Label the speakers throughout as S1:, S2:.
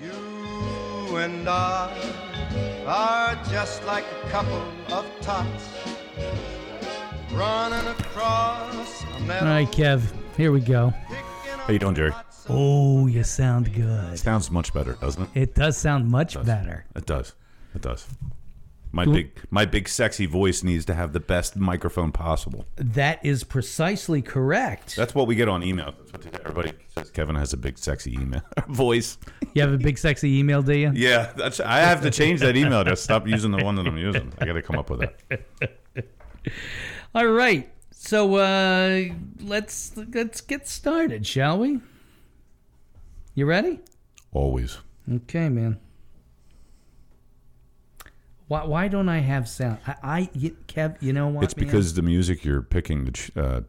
S1: You and I are just like a couple of tots running across a meadow.
S2: All right, Kev. Here we go.
S1: How
S3: you doing, Jerry?
S2: Oh, you sound good.
S3: Sounds much better, doesn't it?
S2: It does sound much better.
S3: It does. It does. My big, my big sexy voice needs to have the best microphone possible.
S2: That is precisely correct.
S3: That's what we get on email. That's what Everybody says Kevin has a big sexy email voice.
S2: you have a big sexy email, do you?
S3: Yeah, that's. I have to change that email to stop using the one that I'm using. I got to come up with that.
S2: All right. So uh let's let's get started, shall we? You ready?
S3: Always.
S2: Okay, man. Why, why don't I have sound? I, I you, Kev, you know what?
S3: It's
S2: man?
S3: because the music you're picking to ch- uh,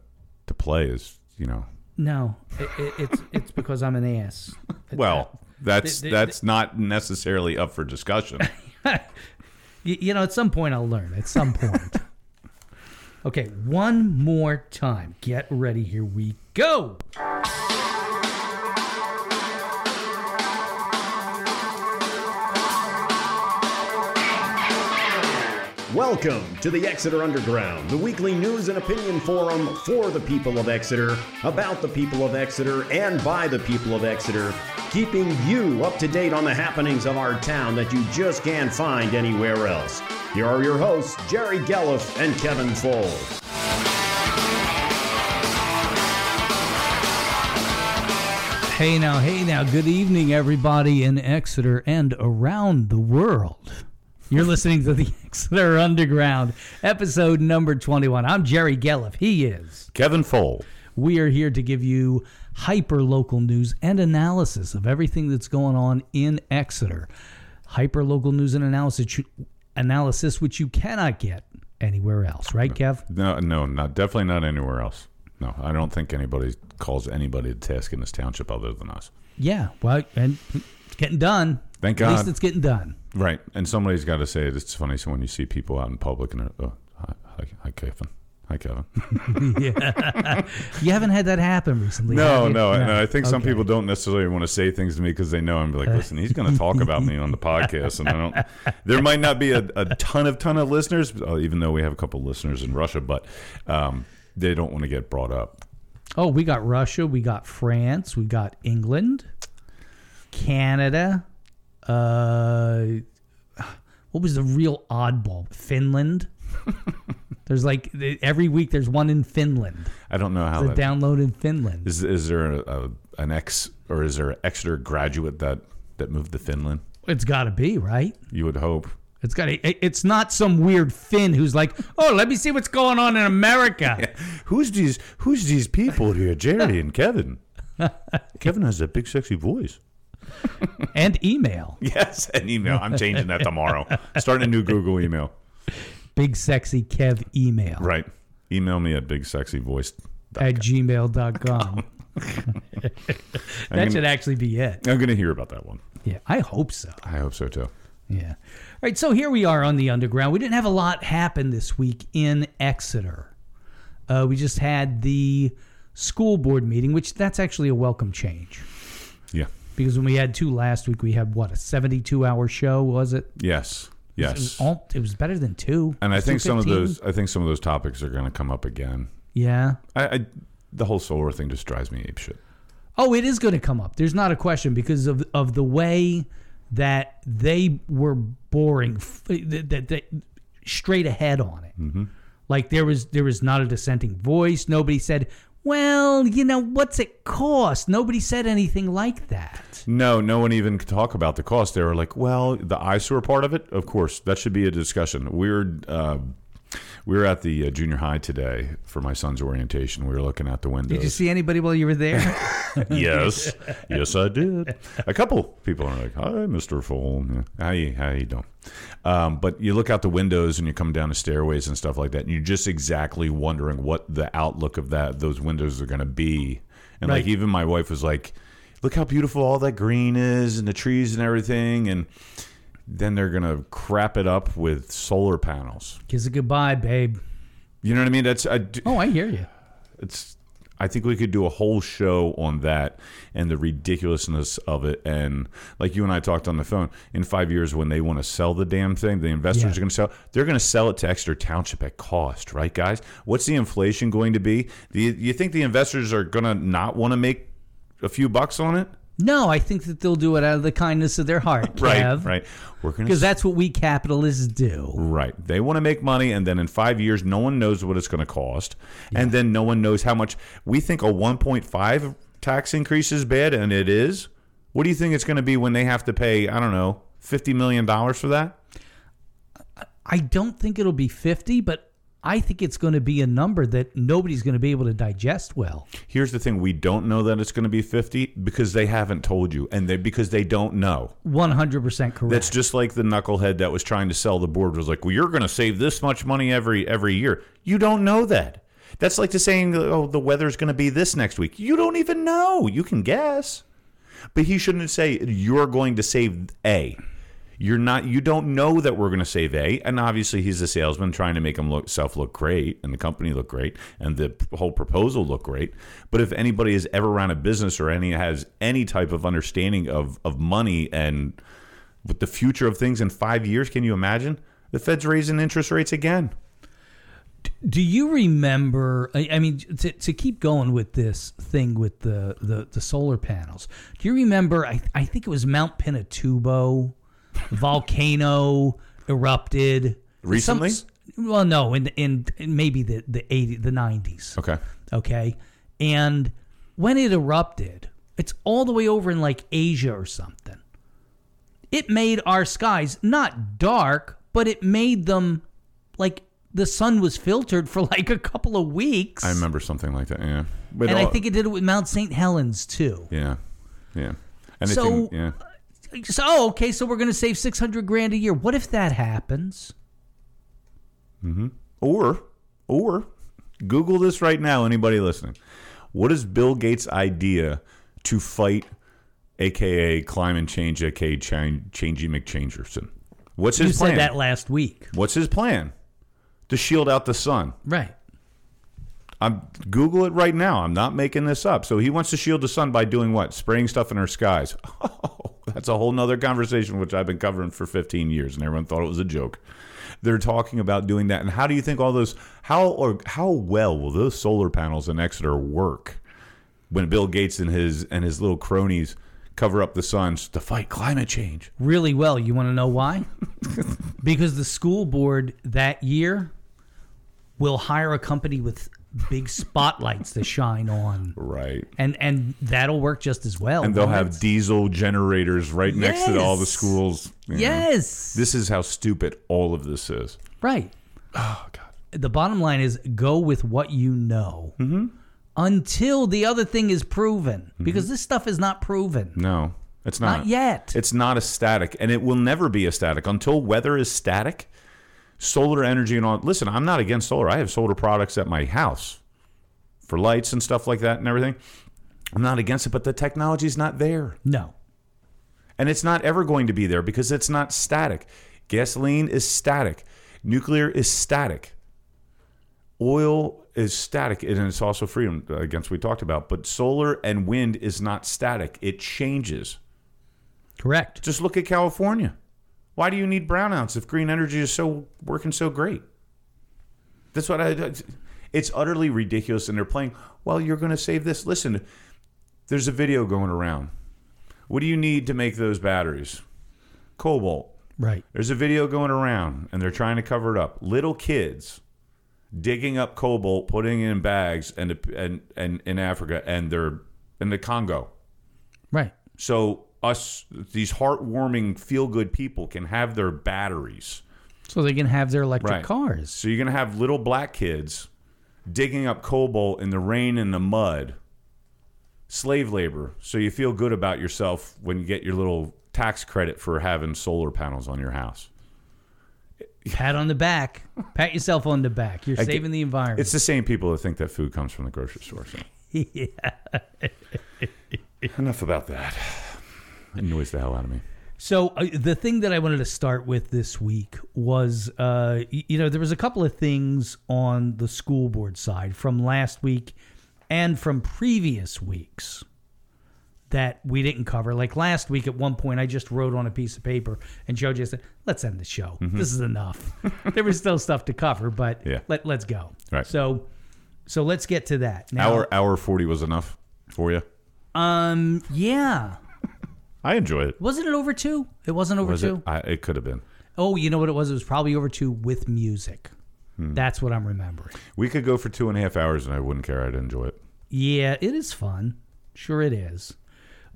S3: to play is, you know.
S2: no, it, it, it's it's because I'm an ass.
S3: Well, that's
S2: the- the-
S3: that's not necessarily up for discussion.
S2: You, you know, at some point I'll learn. At some point. okay, one more time. Get ready. Here we go.
S4: Welcome to the Exeter Underground, the weekly news and opinion forum for the people of Exeter, about the people of Exeter, and by the people of Exeter, keeping you up to date on the happenings of our town that you just can't find anywhere else. Here are your hosts, Jerry Gelliff and Kevin Fole.
S2: Hey now, hey now. Good evening, everybody in Exeter and around the world. You're listening to the Exeter Underground, episode number 21. I'm Jerry Gelliff. He is.
S3: Kevin Fole.
S2: We are here to give you hyper local news and analysis of everything that's going on in Exeter. Hyper local news and analysis, analysis which you cannot get anywhere else, right, Kev?
S3: No, no, not definitely not anywhere else. No, I don't think anybody calls anybody to task in this township other than us.
S2: Yeah. Well, and it's getting done.
S3: Thank
S2: At
S3: God.
S2: least it's getting done.
S3: Right, and somebody's got to say it. It's funny so when you see people out in public and they're, oh, hi, hi, hi, Kevin, hi, Kevin.
S2: You haven't had that happen recently.
S3: No,
S2: have you?
S3: no, and I think some
S2: Okay.
S3: people don't necessarily want to say things to me because they know I'm like, listen, he's going to talk about me on the podcast, and I don't. There might not be a, a ton of ton of listeners, uh, even though we have a couple of listeners in Russia, but um, they don't want to get brought up.
S2: Oh, we got Russia, we got France, we got England, Canada. Uh, what was the real oddball? Finland. there's like every week there's one in Finland.
S3: I don't know how
S2: The
S3: that-
S2: download in Finland.
S3: Is is there a, a, an ex or is there an Exeter graduate that that moved to Finland?
S2: It's got to be right.
S3: You would hope.
S2: It's got to. It's not some weird Finn who's like, oh, let me see what's going on in America.
S3: Who's these Who's these people here? Jerry and Kevin. Kevin has a big sexy voice.
S2: And email.
S3: Yes, an email. I'm changing that tomorrow. Starting a new Google email.
S2: Big sexy Kev email.
S3: Right. Email me at big sexy voice.
S2: at gmail.com. that should actually be it.
S3: I'm gonna hear about that one.
S2: Yeah, I hope so.
S3: I hope so too.
S2: Yeah. All right, so here we are on the underground. We didn't have a lot happen this week in Exeter. Uh, we just had the school board meeting, which that's actually a welcome change
S3: Yeah.
S2: because when we had two last week, we had what a seventy-two hour show was it?
S3: Yes.
S2: It was,
S3: Yes.
S2: all, it was better than two.
S3: And I
S2: It was
S3: think some of
S2: 215.
S3: those. I think some of those topics are gonna come up again.
S2: Yeah.
S3: I, I the whole solar thing just drives me apeshit.
S2: Oh, it is going to come up. There's not a question because of of the way that they were boring f- that, that, that straight ahead on it. Like there was there was not a dissenting voice. Nobody said, "Well, you know, what's it cost?" Nobody said anything like that.
S3: No, no one even could talk about the cost. They were like, well, the eyesore part of it, of course, that should be a discussion. We were, uh, we were at the uh, junior high today for my son's orientation. We were looking out the windows.
S2: Did you see anybody while you were there?
S3: yes, yes, I did. A couple people are like, "Hi, Mister Phone. How you how you doing?" Um, but you look out the windows and you come down the stairways and stuff like that, and you're just exactly wondering what the outlook of that those windows are going to be. And like
S2: Right.
S3: even my wife was like, "Look how beautiful all that green is and the trees and everything," and then they're going to crap it up with solar panels.
S2: Kiss it goodbye, babe.
S3: You know what I mean? That's I, d-
S2: Oh, I hear you.
S3: it's I think we could do a whole show on that and the ridiculousness of it. And like you and I talked on the phone, in five years when they want to sell the damn thing, the investors
S2: Yeah.
S3: are going to sell. They're going to sell it to Exeter Township at cost, right, guys? What's the inflation going to be? Do you, you think the investors are going to not want to make a few bucks on it?
S2: No, I think that they'll do it out of the kindness of their heart, Kev.
S3: Right, right. We're going to
S2: Because that's what we capitalists do.
S3: Right. They want to make money, and then in five years, no one knows what it's going to cost, and then no one knows how much. We think a 1.5 tax increase is bad, and it is. What do you think it's going to be when they have to pay? I don't know, fifty million dollars for that.
S2: I don't think it'll be 50, but I think it's going to be a number that nobody's going to be able to digest well.
S3: Here's the thing: we don't know that it's going to be fifty because they haven't told you, and they because they don't know.
S2: 100% correct.
S3: That's just like the knucklehead that was trying to sell the board was like, "Well, you're going to save this much money every every year." You don't know that. That's like the saying, "Oh, the weather's going to be this next week." You don't even know. You can guess, but he shouldn't say you're going to save a. You're not. You don't know that we're going to save a. And obviously, he's a salesman trying to make himself look great, and the company look great, and the p- whole proposal look great. But if anybody has ever run a business or any has any type of understanding of of money and with the future of things in five years, can you imagine? The Fed's raising interest rates again.
S2: Do you remember? I, I mean, to, to keep going with this thing with the, the, the solar panels, do you remember? I, I think it was Mount Pinatubo, volcano erupted
S3: Recently?
S2: Some- well, no, in in, in maybe the the eighty the nineties.
S3: Okay.
S2: okay, and when it erupted, it's all the way over in like Asia or something. It made our skies not dark, but it made them like the sun was filtered for like a couple of weeks.
S3: I remember something like that. Yeah. But uh,
S2: and I
S3: all-
S2: think it did it with Mount St. Helens too.
S3: Yeah. Yeah. Anything,
S2: So-
S3: yeah.
S2: So, oh, okay, so we're going to save 600 grand a year. What if that happens?
S3: Or, or, Google this right now, anybody listening. What is Bill Gates' idea to fight, aka climate change, aka Chan- Changey McChangerson? What's
S2: You
S3: his plan?
S2: said that last week.
S3: What's his plan? To shield out the sun.
S2: Right.
S3: I'm Google it right now. I'm not making this up. So he wants to shield the sun by doing what? Spraying stuff in our skies. Oh, that's a whole nother conversation which I've been covering for 15 years, and everyone thought it was a joke. They're talking about doing that, and how do you think all those how or how well will those solar panels in Exeter work when Bill Gates and his and his little cronies cover up the suns to fight climate change?
S2: really well. You want to know why? because the school board that year will hire a company with big spotlights to shine on,
S3: Right.
S2: and and that'll work just as well.
S3: And they'll have diesel generators right next to all the
S2: Yes.
S3: schools. you know.
S2: yes,
S3: This is how stupid all of this is.
S2: right.
S3: Oh,
S2: The bottom line is go with what you know. Until the other thing is proven, because this stuff is not proven,
S3: Mm-hmm. No, it's not.
S2: not yet.
S3: It's not a static, and it will never be a static until weather is static. Solar energy and all. Listen, I'm not against solar. I have solar products at my house for lights and stuff like that and everything. I'm not against it, but the technology's not there,
S2: no,
S3: and it's not ever going to be there because it's not static. Gasoline is static. Nuclear is static. Oil is static, and it's also freedom uh, against we talked about. But solar and wind is not static; it changes.
S2: correct.
S3: Just look at California. Why do you need brownouts if green energy is so working so great? That's what I. It's utterly ridiculous, and they're playing. Well, you're going to save this. Listen, there's a video going around. What do you need to make those batteries? Cobalt.
S2: Right.
S3: There's a video going around, and they're trying to cover it up. Little kids digging up cobalt, putting it in bags, and and and in Africa, and they're in the Congo.
S2: Right.
S3: So us these heartwarming feel good people can have their batteries.
S2: So they can have their electric
S3: Right.
S2: cars.
S3: So you're gonna have little black kids digging up cobalt in the rain and the mud. Slave labor. So you feel good about yourself when you get your little tax credit for having solar panels on your house.
S2: Pat on the back. Pat yourself on the back. You're
S3: I get-
S2: saving the environment.
S3: It's the same people that think that food comes from the grocery store. So.
S2: yeah.
S3: Enough about that. It annoys the hell out of me.
S2: So uh, the thing that I wanted to start with this week was, uh, y- you know, there was a couple of things on the school board side from last week and from previous weeks that we didn't cover. Like last week, at one point, I just wrote on a piece of paper, and Joe just said, "Let's end the show. This is enough." there was still stuff to cover, but
S3: Mm-hmm. Yeah.
S2: let let's go.
S3: Right.
S2: So, so let's get to that now.
S3: Hour hour forty was enough for you.
S2: Um. Yeah.
S3: I enjoy it.
S2: Wasn't it over two? It wasn't over
S3: Was
S2: two.
S3: it? I, it could have been.
S2: Oh, you know what it was? It was probably over two with music.
S3: Hmm.
S2: That's what I'm remembering.
S3: We could go for two and a half hours, and I wouldn't care. I'd enjoy it.
S2: Yeah, it is fun. Sure, it is.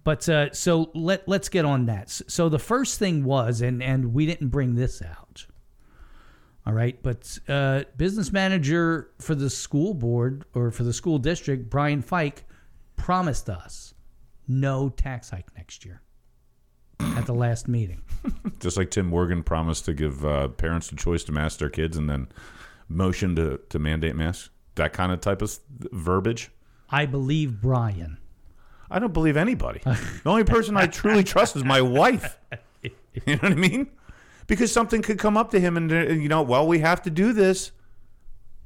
S2: But uh, so let let's get on that. S- So the first thing was, and and we didn't bring this out. All right, but uh, business manager for the school board or for the school district, Brian Fike, promised us no tax hike next year. At the last meeting,
S3: Just like Tim Morgan promised to give uh, parents the choice to mask their kids, and then motion to, to mandate masks. That kind of type of s- verbiage.
S2: I believe Brian.
S3: I don't believe anybody. the only person I truly trust is my wife. You know what I mean? Because something could come up to him, and uh, you know, well, we have to do this.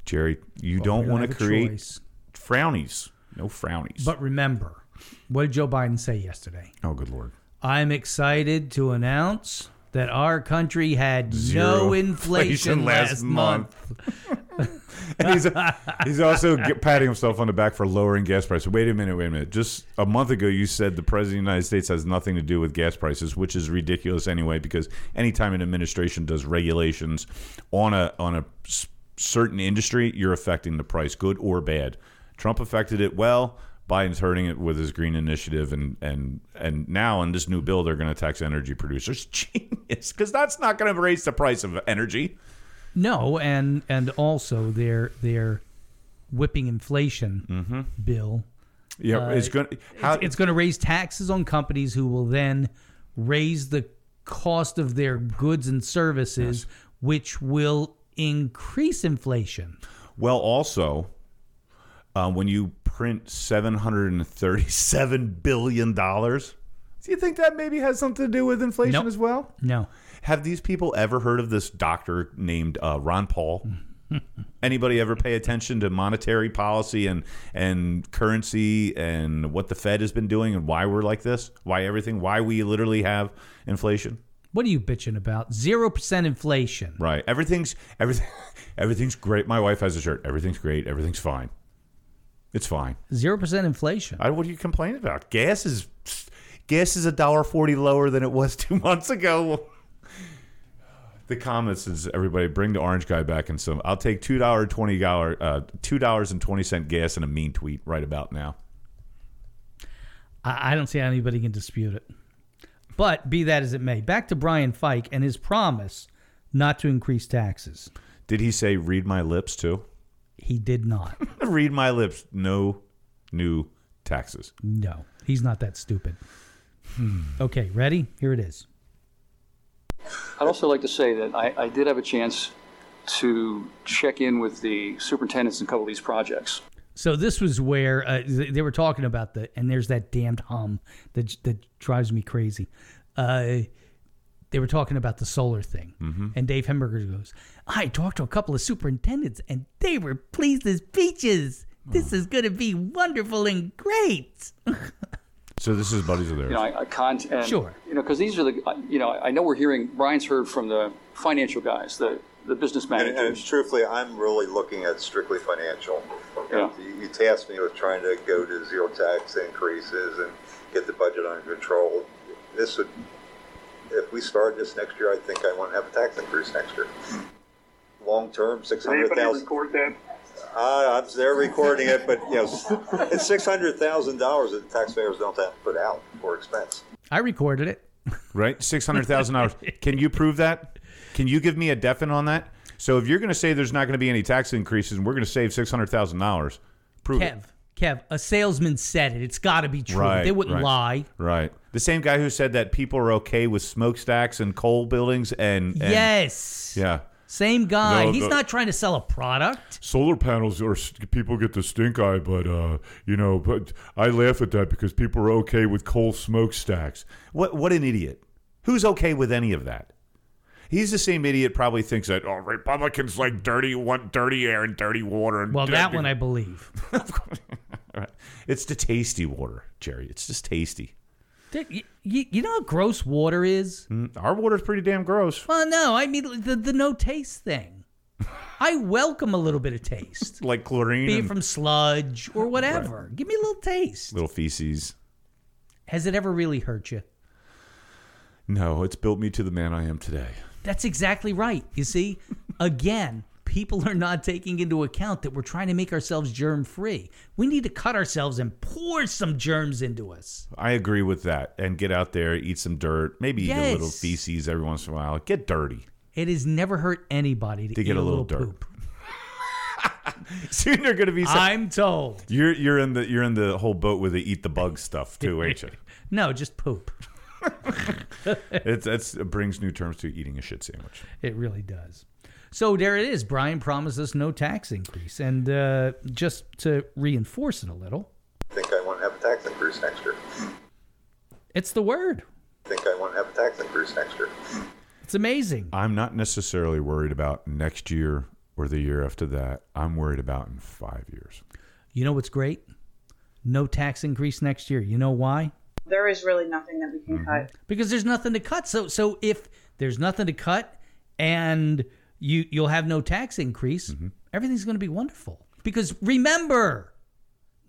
S3: Jerry, you
S2: We
S3: don't
S2: don't
S3: want
S2: have
S3: to
S2: a
S3: create
S2: choice.
S3: frownies. No frownies.
S2: But remember, what did Joe Biden say yesterday?
S3: oh, good lord.
S2: I'm excited to announce that our country had no
S3: Zero
S2: inflation,
S3: inflation
S2: last,
S3: last
S2: month.
S3: And he's, he's also get, patting himself on the back for lowering gas prices. Wait a minute, wait a minute. Just a month ago, you said the president of the United States has nothing to do with gas prices, which is ridiculous anyway. Because anytime an administration does regulations on a on a s- certain industry, you're affecting the price, good or bad. Trump affected it well. Biden's hurting it with his green initiative, and and and now in this new bill, they're going to tax energy producers. Genius, because that's not going to raise the price of energy.
S2: No, and and also their their whipping inflation
S3: Mm-hmm.
S2: bill.
S3: Yeah, it's going. How
S2: It's going to raise taxes on companies who will then raise the cost of their goods and services, which will increase inflation.
S3: Well, also, uh, when you print seven hundred and thirty-seven billion dollars, do you think that maybe has something to do with inflation
S2: Nope.
S3: as well?
S2: No.
S3: Have these people ever heard of this doctor named uh, Ron Paul? Anybody ever pay attention to monetary policy and and currency and what the Fed has been doing and why we're like this? Why everything? Why we literally have inflation?
S2: What are you bitching about? 0% inflation.
S3: Right. Everything's everything everything's great. My wife has a shirt. Everything's great. Everything's fine. It's fine.
S2: 0% inflation.
S3: I, what are you complaining about? Gas is gas is a dollar forty lower than it was two months ago. The comments is everybody bring the orange guy back and some. I'll take two dollar twenty dollar uh, two dollars and twenty cent gas and a mean tweet right about now.
S2: I, I don't see how anybody can dispute it. But be that as it may, back to Brian Fike and his promise not to increase taxes.
S3: Did he say read my lips too?
S2: He did not.
S3: read my lips. No new taxes.
S2: No, he's not that stupid. Okay, ready? Here it is.
S5: I'd also like to say that I, I did have a chance to check in with the superintendents in a couple of these projects.
S2: So this was where uh, th- they were talking about the and there's that damned hum that j- that drives me crazy. Uh, they were talking about the solar thing,
S3: Mm-hmm.
S2: and Dave Hemberger goes, "I talked to a couple of superintendents, and they were pleased as peaches. This is going to be wonderful and great."
S3: So this is buddies of theirs.
S5: You know, I, I con- and,
S2: Sure.
S5: You know, because these are the, I- you know, I know we're hearing, Brian's heard from the financial guys, the, the business
S6: And, and
S5: managers.
S6: truthfully, I'm really looking at strictly financial.
S5: Yeah.
S6: You, you tasked me with trying to go to zero tax increases and get the budget under control. This would, if we start this next year, I think I want to have a tax increase next year. Long term, six hundred thousand.
S5: that?
S6: Uh, they're recording it, but yes, it's six hundred thousand dollars that taxpayers don't have to put out for expense.
S2: I recorded it.
S3: right? Six hundred thousand dollars. Can you prove that? Can you give me a definite on that? So if you're going to say there's not going to be any tax increases and we're going to save six hundred thousand dollars, prove
S2: Kev,
S3: it.
S2: Kev, a salesman said it. It's got to be true.
S3: Right,
S2: they wouldn't
S3: right.
S2: lie.
S3: Right. The same guy who said that people are okay with smokestacks and coal buildings and, and
S2: yes.
S3: yeah.
S2: Same guy.
S3: No,
S2: He's
S3: the-
S2: not trying to sell a product.
S7: solar panels or st- people get the stink eye, but uh, you know, but I laugh at that because people are okay with coal smokestacks.
S3: What what an idiot. Who's okay with any of that? He's the same idiot probably thinks that oh Republicans like dirty want dirty air and dirty water and
S2: Well, that one I believe.
S3: All right. It's the tasty water, Jerry. It's just tasty.
S2: That- y- y- you know how gross water is?
S3: Mm, Our water's pretty damn gross.
S2: Well, no, I mean the, the no taste thing. I welcome a little bit of taste,
S3: Like chlorine
S2: be it
S3: and
S2: from sludge or whatever. Give me a little taste.
S3: little feces.
S2: Has it ever really hurt you?
S3: No, it's built me to the man I am today.
S2: That's exactly right. You see, again, people are not taking into account that we're trying to make ourselves germ free. We need to cut ourselves and pour some germs into us.
S3: I agree with that. And get out there, eat some dirt, maybe eat a little
S2: Yes.
S3: feces every once in a while. Get dirty.
S2: It has never hurt anybody to,
S3: To
S2: eat
S3: get a little dirt.
S2: poop.
S3: Soon you're gonna be. so-
S2: I'm told.
S3: you're you're in the you're in the whole boat with the eat the bug stuff too, ain't you?
S2: No, just poop.
S3: It's that's it brings new terms to eating a shit sandwich.
S2: It really does. So there it is. Brian promised us no tax increase. And uh, just to reinforce it a little,
S6: Think I want to have a tax increase next year.
S2: it's the word.
S6: Think I want to have a tax increase next year.
S2: It's amazing.
S3: I'm not necessarily worried about next year or the year after that. I'm worried about in five years.
S2: You know what's great? No tax increase next year. You know why?
S8: There is really nothing that we can cut.
S2: Because there's nothing to cut. So so if there's nothing to cut and you you'll have no tax increase,
S3: Mm-hmm.
S2: everything's going to be wonderful. Because remember,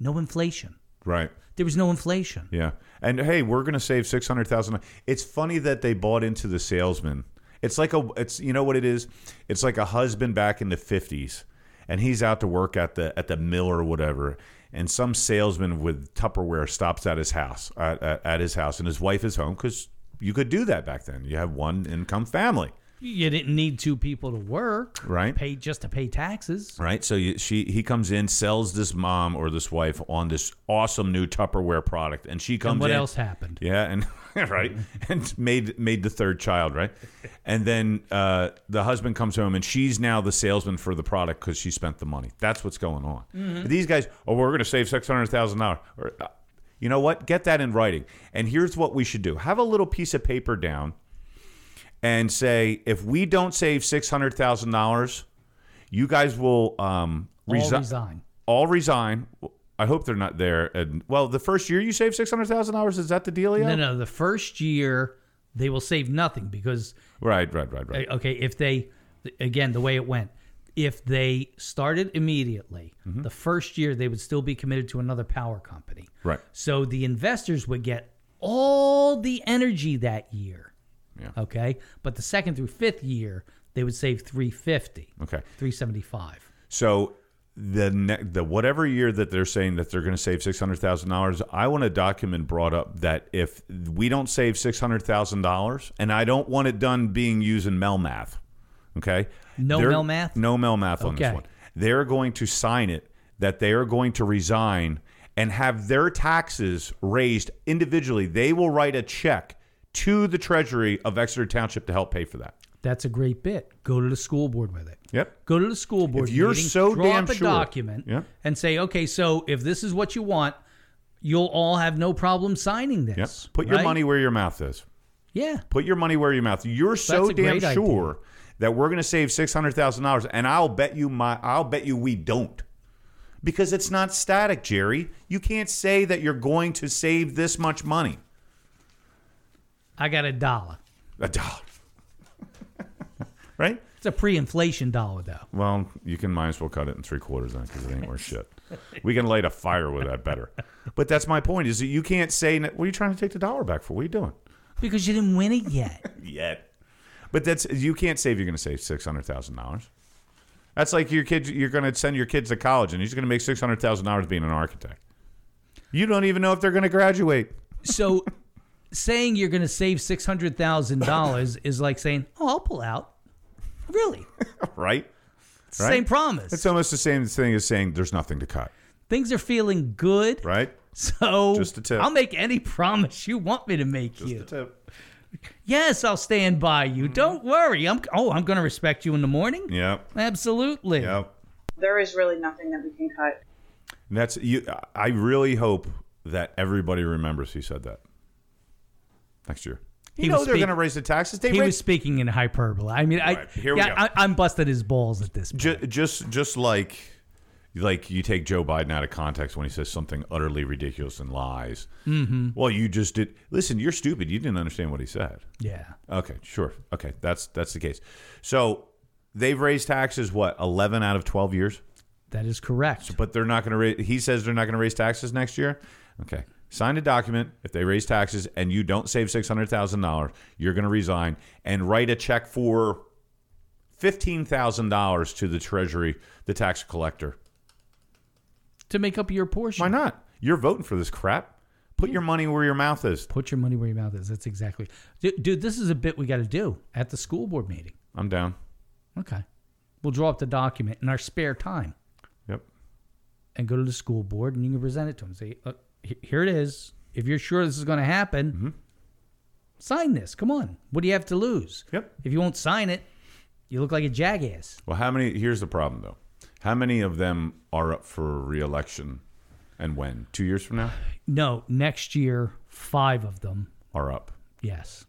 S2: no inflation.
S3: Right.
S2: There was no inflation.
S3: Yeah. And hey, we're gonna save six hundred thousand. It's funny that they bought into the salesman. It's like a it's you know what it is? It's like a husband back in the fifties and he's out to work at the at the mill or whatever. And some salesman with Tupperware stops at his house at, at, at his house and his wife is home because you could do that back then. You have one income family.
S2: You didn't need two people to work,
S3: Right.
S2: Pay just to pay taxes.
S3: Right. So you, she he comes in, sells this mom or this wife on this awesome new Tupperware product, and she comes.
S2: And what
S3: in,
S2: else happened?
S3: Yeah, and right,
S2: Mm-hmm.
S3: and made made the third child, right, and then uh, the husband comes home, and she's now the salesman for the product because she spent the money. That's what's going on.
S2: Mm-hmm.
S3: But these guys, oh, we're going to save six hundred thousand dollars. uh, You know what? Get that in writing. And here's what we should do: have a little piece of paper down, and say, if we don't save six hundred thousand dollars, you guys will um,
S2: All
S3: resi-
S2: resign.
S3: all resign. I hope they're not there. And well, the first year you save six hundred thousand dollars is that the dealio?
S2: No, no. The first year they will save nothing because uh,
S3: Right, right, right, right.
S2: okay, if they again the way it went, if they started immediately,
S3: Mm-hmm.
S2: the first year they would still be committed to another power company.
S3: Right.
S2: So the investors would get all the energy that year.
S3: Yeah.
S2: Okay, but the second through fifth year they would save three fifty,
S3: Okay.
S2: three seventy five.
S3: So the ne- the whatever year that they're saying that they're going to save six hundred thousand dollars, I want a document brought up that if we don't save six hundred thousand dollars, and I don't want it done being using Melmath. Okay.
S2: No
S3: They're-
S2: Melmath?
S3: No Melmath on this
S2: Okay.
S3: one. They're going to sign it that they are going to resign and have their taxes raised individually. They will write a check to the treasury of Exeter Township to help pay for that.
S2: That's a great bit. Go to the school board with it.
S3: Yep.
S2: Go to the school board.
S3: If you're
S2: meeting,
S3: so
S2: draw
S3: damn
S2: up a
S3: sure.
S2: document
S3: Yeah.
S2: and say, okay, so if this is what you want, you'll all have no problem signing this.
S3: Yep. Put your
S2: right?
S3: money where your mouth is.
S2: Yeah.
S3: Put your money where your mouth. You're so
S2: a
S3: damn
S2: great idea.
S3: sure that we're going to save six hundred thousand dollars, and I'll bet you my I'll bet you we don't, because it's not static, Jerry. You can't say that you're going to save this much money.
S2: I got a dollar.
S3: A dollar, right?
S2: It's a pre-inflation dollar though.
S3: Well, you can might as well cut it in three quarters then, because it ain't worth shit. We can light a fire with that better. But that's my point: is that you can't say what are you trying to take the dollar back for? What are you doing?
S2: Because you didn't win it yet.
S3: yet. But that's you can't save. You're going to save six hundred thousand dollars. That's like your kids. You're going to send your kids to college, and he's going to make six hundred thousand dollars being an architect. You don't even know if they're going to graduate.
S2: so saying you're gonna save six hundred thousand dollars is like saying, Oh, I'll pull out. Really?
S3: Right?
S2: It's the Same promise.
S3: It's almost the same thing as saying there's nothing to cut.
S2: Things are feeling good.
S3: Right?
S2: So
S3: Just a tip.
S2: I'll make any promise you want me to make you. Yes, I'll stand by you.
S3: Mm-hmm.
S2: Don't worry. I'm oh, I'm going to respect you in the morning.
S3: Yep.
S2: Absolutely.
S3: Yep.
S8: There is really nothing that we can cut.
S3: And that's you. I really hope that everybody remembers he said that next year. You
S2: He
S3: know
S2: was
S3: they're
S2: speak-
S3: going to raise the taxes. They
S2: He was
S3: raised
S2: speaking in hyperbole. I mean, I
S3: Right, here we
S2: yeah,
S3: go.
S2: I, I'm busting his balls at this. Point.
S3: ju- just just like like you take Joe Biden out of context when he says something utterly ridiculous and lies. Well, you just did. Listen, you're stupid. You didn't understand what he said.
S2: Yeah.
S3: Okay, sure. Okay, that's that's the case. So they've raised taxes what eleven out of twelve years,
S2: That is correct.
S3: but they're not going to raise. He says they're not going to raise taxes next year. Okay, sign a document. If they raise taxes and you don't save six hundred thousand dollars, you're going to resign and write a check for fifteen thousand dollars to the Treasury, the tax collector.
S2: To make up your portion.
S3: Why not? You're voting for this crap. Put your money where your mouth is.
S2: Put your money where your mouth is. That's exactly. Du- Dude, this is a bit we got to do at the school board meeting.
S3: I'm down.
S2: Okay. We'll draw up the document in our spare time
S3: Yep.
S2: and go to the school board and you can present it to them. Say, "Look, he- here it is. If you're sure this is going to happen,
S3: Mm-hmm.
S2: sign this. Come on. What do you have to lose?
S3: Yep.
S2: If you won't sign it, you look like a jackass.
S3: Well, how many? Here's the problem, though. How many of them are up for reelection, and when? Two years from now,
S2: No, next year, five of them.
S3: are up.
S2: Yes.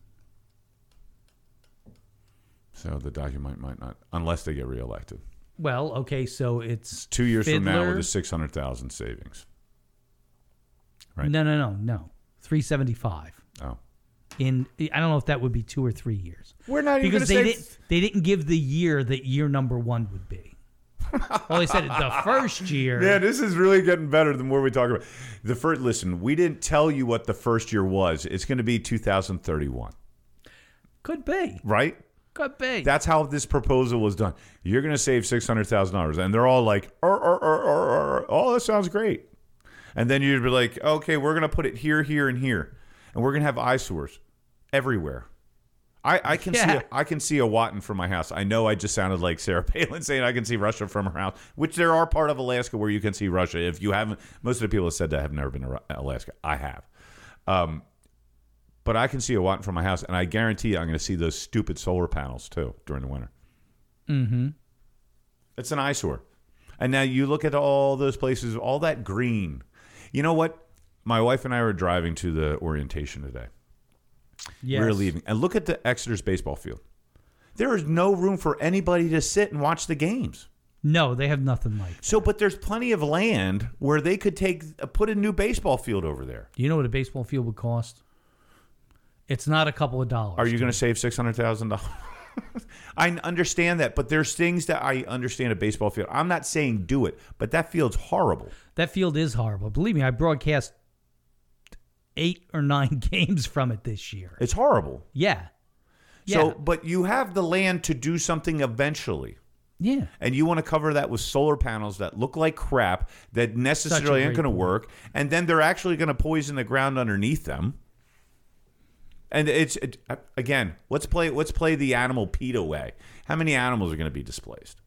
S3: So the document might not, unless they get reelected.
S2: Well, okay, so it's
S3: Two years from now, with
S2: Fiddler.
S3: a six hundred thousand savings. right?
S2: No, no, no, no. 375.
S3: Oh,
S2: In I don't know if that would be 2 or 3 years.
S3: we're not
S2: because they didn't they didn't give the year that year number 1 would be. well, they said the first year.
S3: Yeah, this is really getting better the more we talk about. The first, listen, we didn't tell you what the first year was. It's going to be 2031,
S2: Could be.
S3: right?
S2: Could be.
S3: That's how this proposal was done. You're going to save six hundred thousand dollars, and they're all like, "Er, er, er, er, er, "Oh, that sounds great." And then you'd be like, "Okay, we're going to put it here, here, and here, and we're going to have eyesores everywhere." I, I can see
S2: Yeah.
S3: a, I can see a Watton from my house. I know I just sounded like Sarah Palin saying I can see Russia from her house, which there are part of Alaska where you can see Russia. If you haven't, most of the people that said that have never been to Ru- Alaska. I have. Um, but I can see a Watton from my house, and I guarantee you I'm going to see those stupid solar panels too during the winter. Mm-hmm. It's an eyesore. And now you look at all those places, all that green. You know what? My wife and I were driving to the orientation today.
S2: yes.
S3: We were leaving, and look at the Exeter's baseball field. There is no room for anybody to sit and watch the games.
S2: No, they have nothing like.
S3: So, but there's plenty of land where they could take uh, put a new baseball field over there.
S2: Do you know what a baseball field would cost? It's not a couple of dollars.
S3: Are you going to save six hundred thousand dollars? I understand that, but there's things that I understand a baseball field. I'm not saying do it, but that field's horrible.
S2: That field is horrible. Believe me, I broadcast 8 or 9 games from it this year.
S3: It's horrible.
S2: Yeah.
S3: So,
S2: Yeah.
S3: but you have the land to do something eventually.
S2: Yeah.
S3: and you want to cover that with solar panels that look like crap that necessarily aren't
S2: great
S3: going to work and then they're actually going to poison the ground underneath them and it's it, again let's play let's play the animal PETA way how many animals are going to be displaced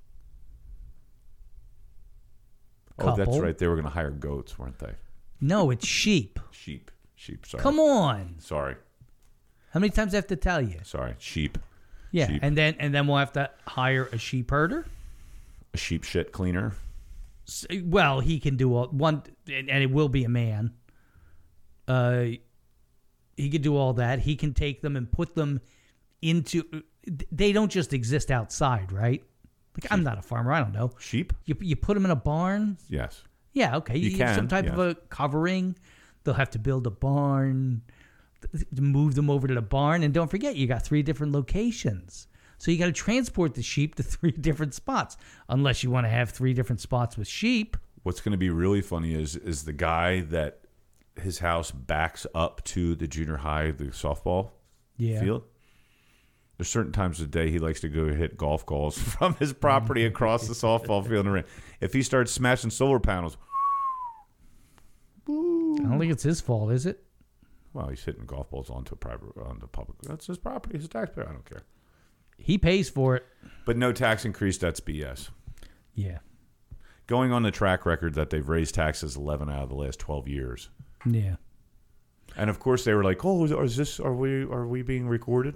S3: oh that's
S2: Couple.
S3: right they were going to hire goats weren't they
S2: No, it's sheep.
S3: sheep sheep sorry
S2: Come on.
S3: sorry
S2: How many times do I have to tell you?
S3: sorry sheep
S2: Yeah.
S3: Sheep.
S2: And then and then we'll have to hire a sheep herder.
S3: a sheep shit cleaner
S2: S- Well, he can do all one and, and it will be a man. Uh he can do all that. He can take them and put them into they don't just exist outside, right? Like I'm not a farmer, I don't know.
S3: sheep
S2: You you put them in a barn?
S3: yes
S2: Yeah, okay.
S3: You
S2: have
S3: can,
S2: some type of
S3: yeah.
S2: a covering. They'll have to build a barn, th- th- move them over to the barn, and don't forget you got three different locations. So you got to transport the sheep to three different spots, unless you want to have three different spots with sheep.
S3: What's going to be really funny is is the guy that his house backs up to the junior high, the softball
S2: Yeah.
S3: field. There's certain times of the day he likes to go hit golf balls from his property across the softball field. and around. If he starts smashing solar panels,
S2: I don't think it's his fault, is it?
S3: well, he's hitting golf balls onto a private, onto public. That's his property. He's a taxpayer. I don't care.
S2: He pays for it.
S3: But no tax increase. That's BS.
S2: Yeah.
S3: Going on the track record that they've raised taxes 11 out of the last 12 years.
S2: Yeah.
S3: And of course, they were like, "Oh, is this? Are we? Are we being recorded?"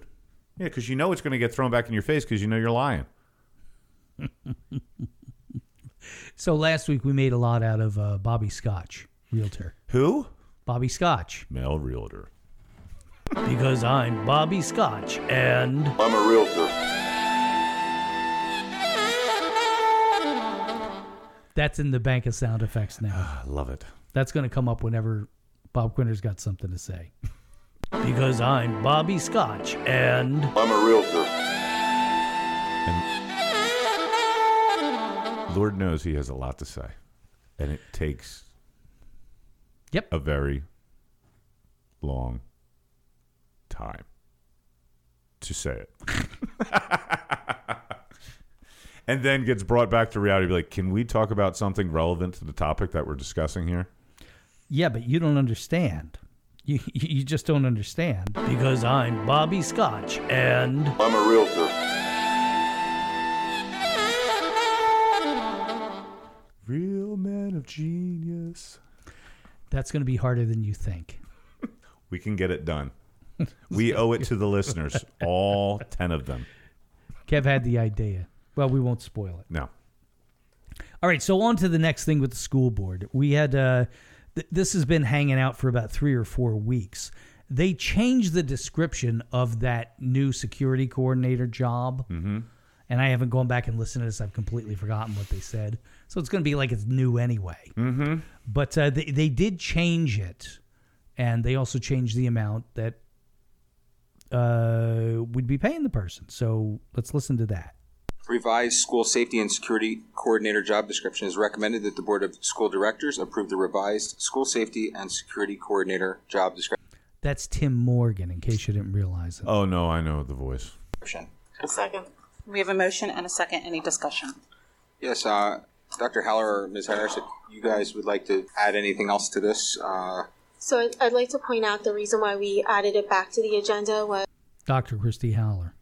S3: Yeah, because you know it's going to get thrown back in your face because you know you're lying.
S2: So last week we made a lot out of uh, Bobby Scotch, realtor.
S3: Who?
S2: Bobby Scotch,
S3: Male realtor.
S2: because I'm Bobby Scotch, and
S6: I'm a realtor.
S2: that's in the bank of sound effects now.
S3: I love it.
S2: That's going to come up whenever Bob Quinter's got something to say. Because I'm Bobby Scotch and
S6: I'm a realtor.
S3: Lord knows he has a lot to say, and it takes
S2: Yep.
S3: a very long time to say it, and then gets brought back to reality. Be like, can we talk about something relevant to the topic that we're discussing here?
S2: Yeah, but you don't understand. You you just don't understand because I'm Bobby Scotch and
S6: I'm a realtor.
S3: Real man of genius.
S2: that's going to be harder than you think.
S3: We can get it done. We owe it to the listeners, all ten of them.
S2: Kev had the idea. Well, we won't spoil it.
S3: No,
S2: All right, so on to the next thing with the school board. We had uh, th- this has been hanging out for about three or four weeks. They changed the description of that new security coordinator job, mm-hmm. and I haven't gone back and listened to this. I've completely forgotten what they said, so it's going to be like it's new anyway. Mm-hmm. But uh, they they did change it, and they also changed the amount that uh, we'd be paying the person. So let's listen to that.
S9: Revised school safety and security coordinator job description is recommended that the Board of School Directors approve the revised school safety and security coordinator job description.
S2: That's Tim Morgan, in case you didn't realize it.
S3: oh no, I know the voice.
S8: A second. We have a motion and a second. Any discussion?
S9: Yes, uh, Dr. Haller or Ms. Harris, if you guys would like to add anything else to this, uh,
S10: So I- I'd like to point out the reason why we added it back to the agenda was
S2: Dr. Christy Howler.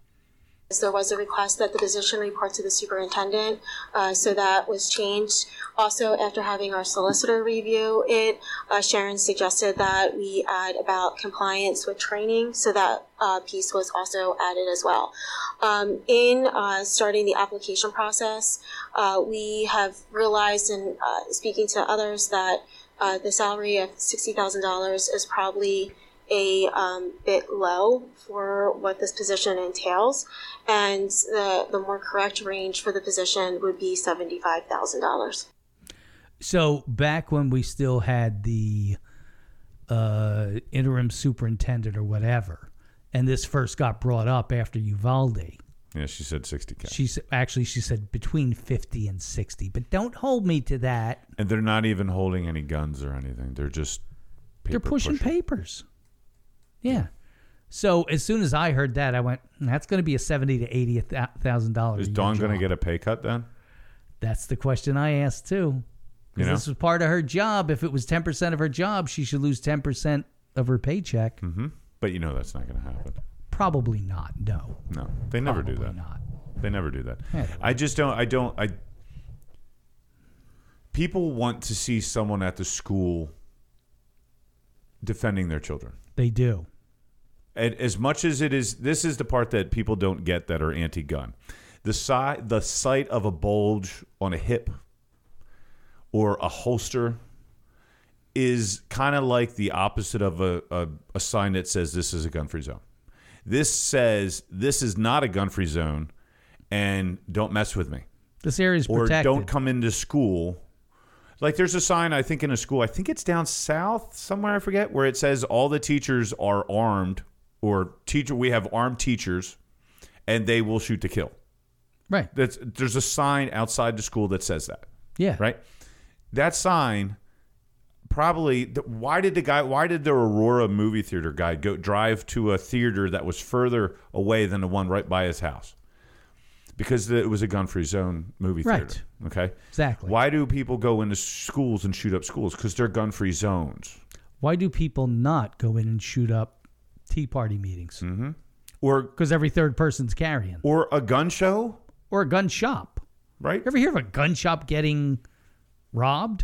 S10: there was a request that the position report to the superintendent, uh, so that was changed. Also, after having our solicitor review it, uh, Sharon suggested that we add about compliance with training, so that uh, piece was also added as well. Um, in uh, starting the application process, uh, we have realized, in uh, speaking to others, that uh, the salary of sixty thousand dollars is probably a um, bit low for what this position entails, and the, the more correct range for the position would be seventy-five thousand dollars.
S2: So back when we still had the uh, interim superintendent or whatever, and this first got brought up after Uvalde,
S3: Yeah, she said sixty k.
S2: she s- actually she said between fifty and sixty, but don't hold me to that.
S3: And they're not even holding any guns or anything. They're just
S2: They're
S3: paper
S2: pushing papers. Yeah. So as soon as I heard that, I went, "Hmm, "That's going to be a seventy to eighty thousand dollars."
S3: Is Dawn going to get a pay cut then?
S2: That's the question I asked too.
S3: You
S2: Because
S3: know?
S2: this was part of her job. If it was ten percent of her job, she should lose ten percent of her paycheck.
S3: Mm-hmm. But you know that's not going to happen.
S2: Probably not. No,
S3: No, they never do
S2: Probably
S3: that.
S2: Not.
S3: They never do that.
S2: Yeah, they
S3: I just don't. I don't. I. People want to see someone at the school defending their children.
S2: They do.
S3: And as much as it is, this is the part that people don't get that are anti-gun. The si- the sight of a bulge on a hip or a holster is kind of like the opposite of a, a, a sign that says this is a gun-free zone. This says this is not a gun-free zone, and don't mess with me
S2: This area is
S3: or
S2: protected.
S3: don't come into school. Like there's a sign I think in a school, I think it's down south somewhere, I forget, where it says all the teachers are armed or teacher we have armed teachers and they will shoot to kill.
S2: right.
S3: That's there's a sign outside the school that says that
S2: Yeah.
S3: right? That sign probably th- why did the guy why did the Aurora movie theater guy go drive to a theater that was further away than the one right by his house? Because the, it was a gun-free zone movie theater. Right. Okay.
S2: Exactly.
S3: Why do people go into schools and shoot up schools? Because they're gun-free zones
S2: Why do people not go in and shoot up Tea Party meetings? Because
S3: or
S2: every third person's carrying,
S3: Mm-hmm. or a gun show,
S2: or a gun shop.
S3: right?
S2: You ever hear of a gun shop getting robbed?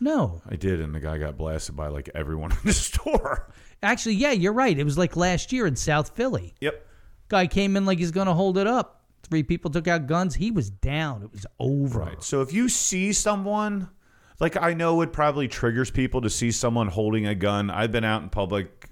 S2: No.
S3: I did, and the guy got blasted by like everyone in the store.
S2: Actually, yeah, you're right. It was like last year in South Philly.
S3: Yep.
S2: Guy came in like he's going to hold it up. Three people took out guns. He was down. It was over.
S3: Right. So if you see someone, like I know it probably triggers people to see someone holding a gun. I've been out in public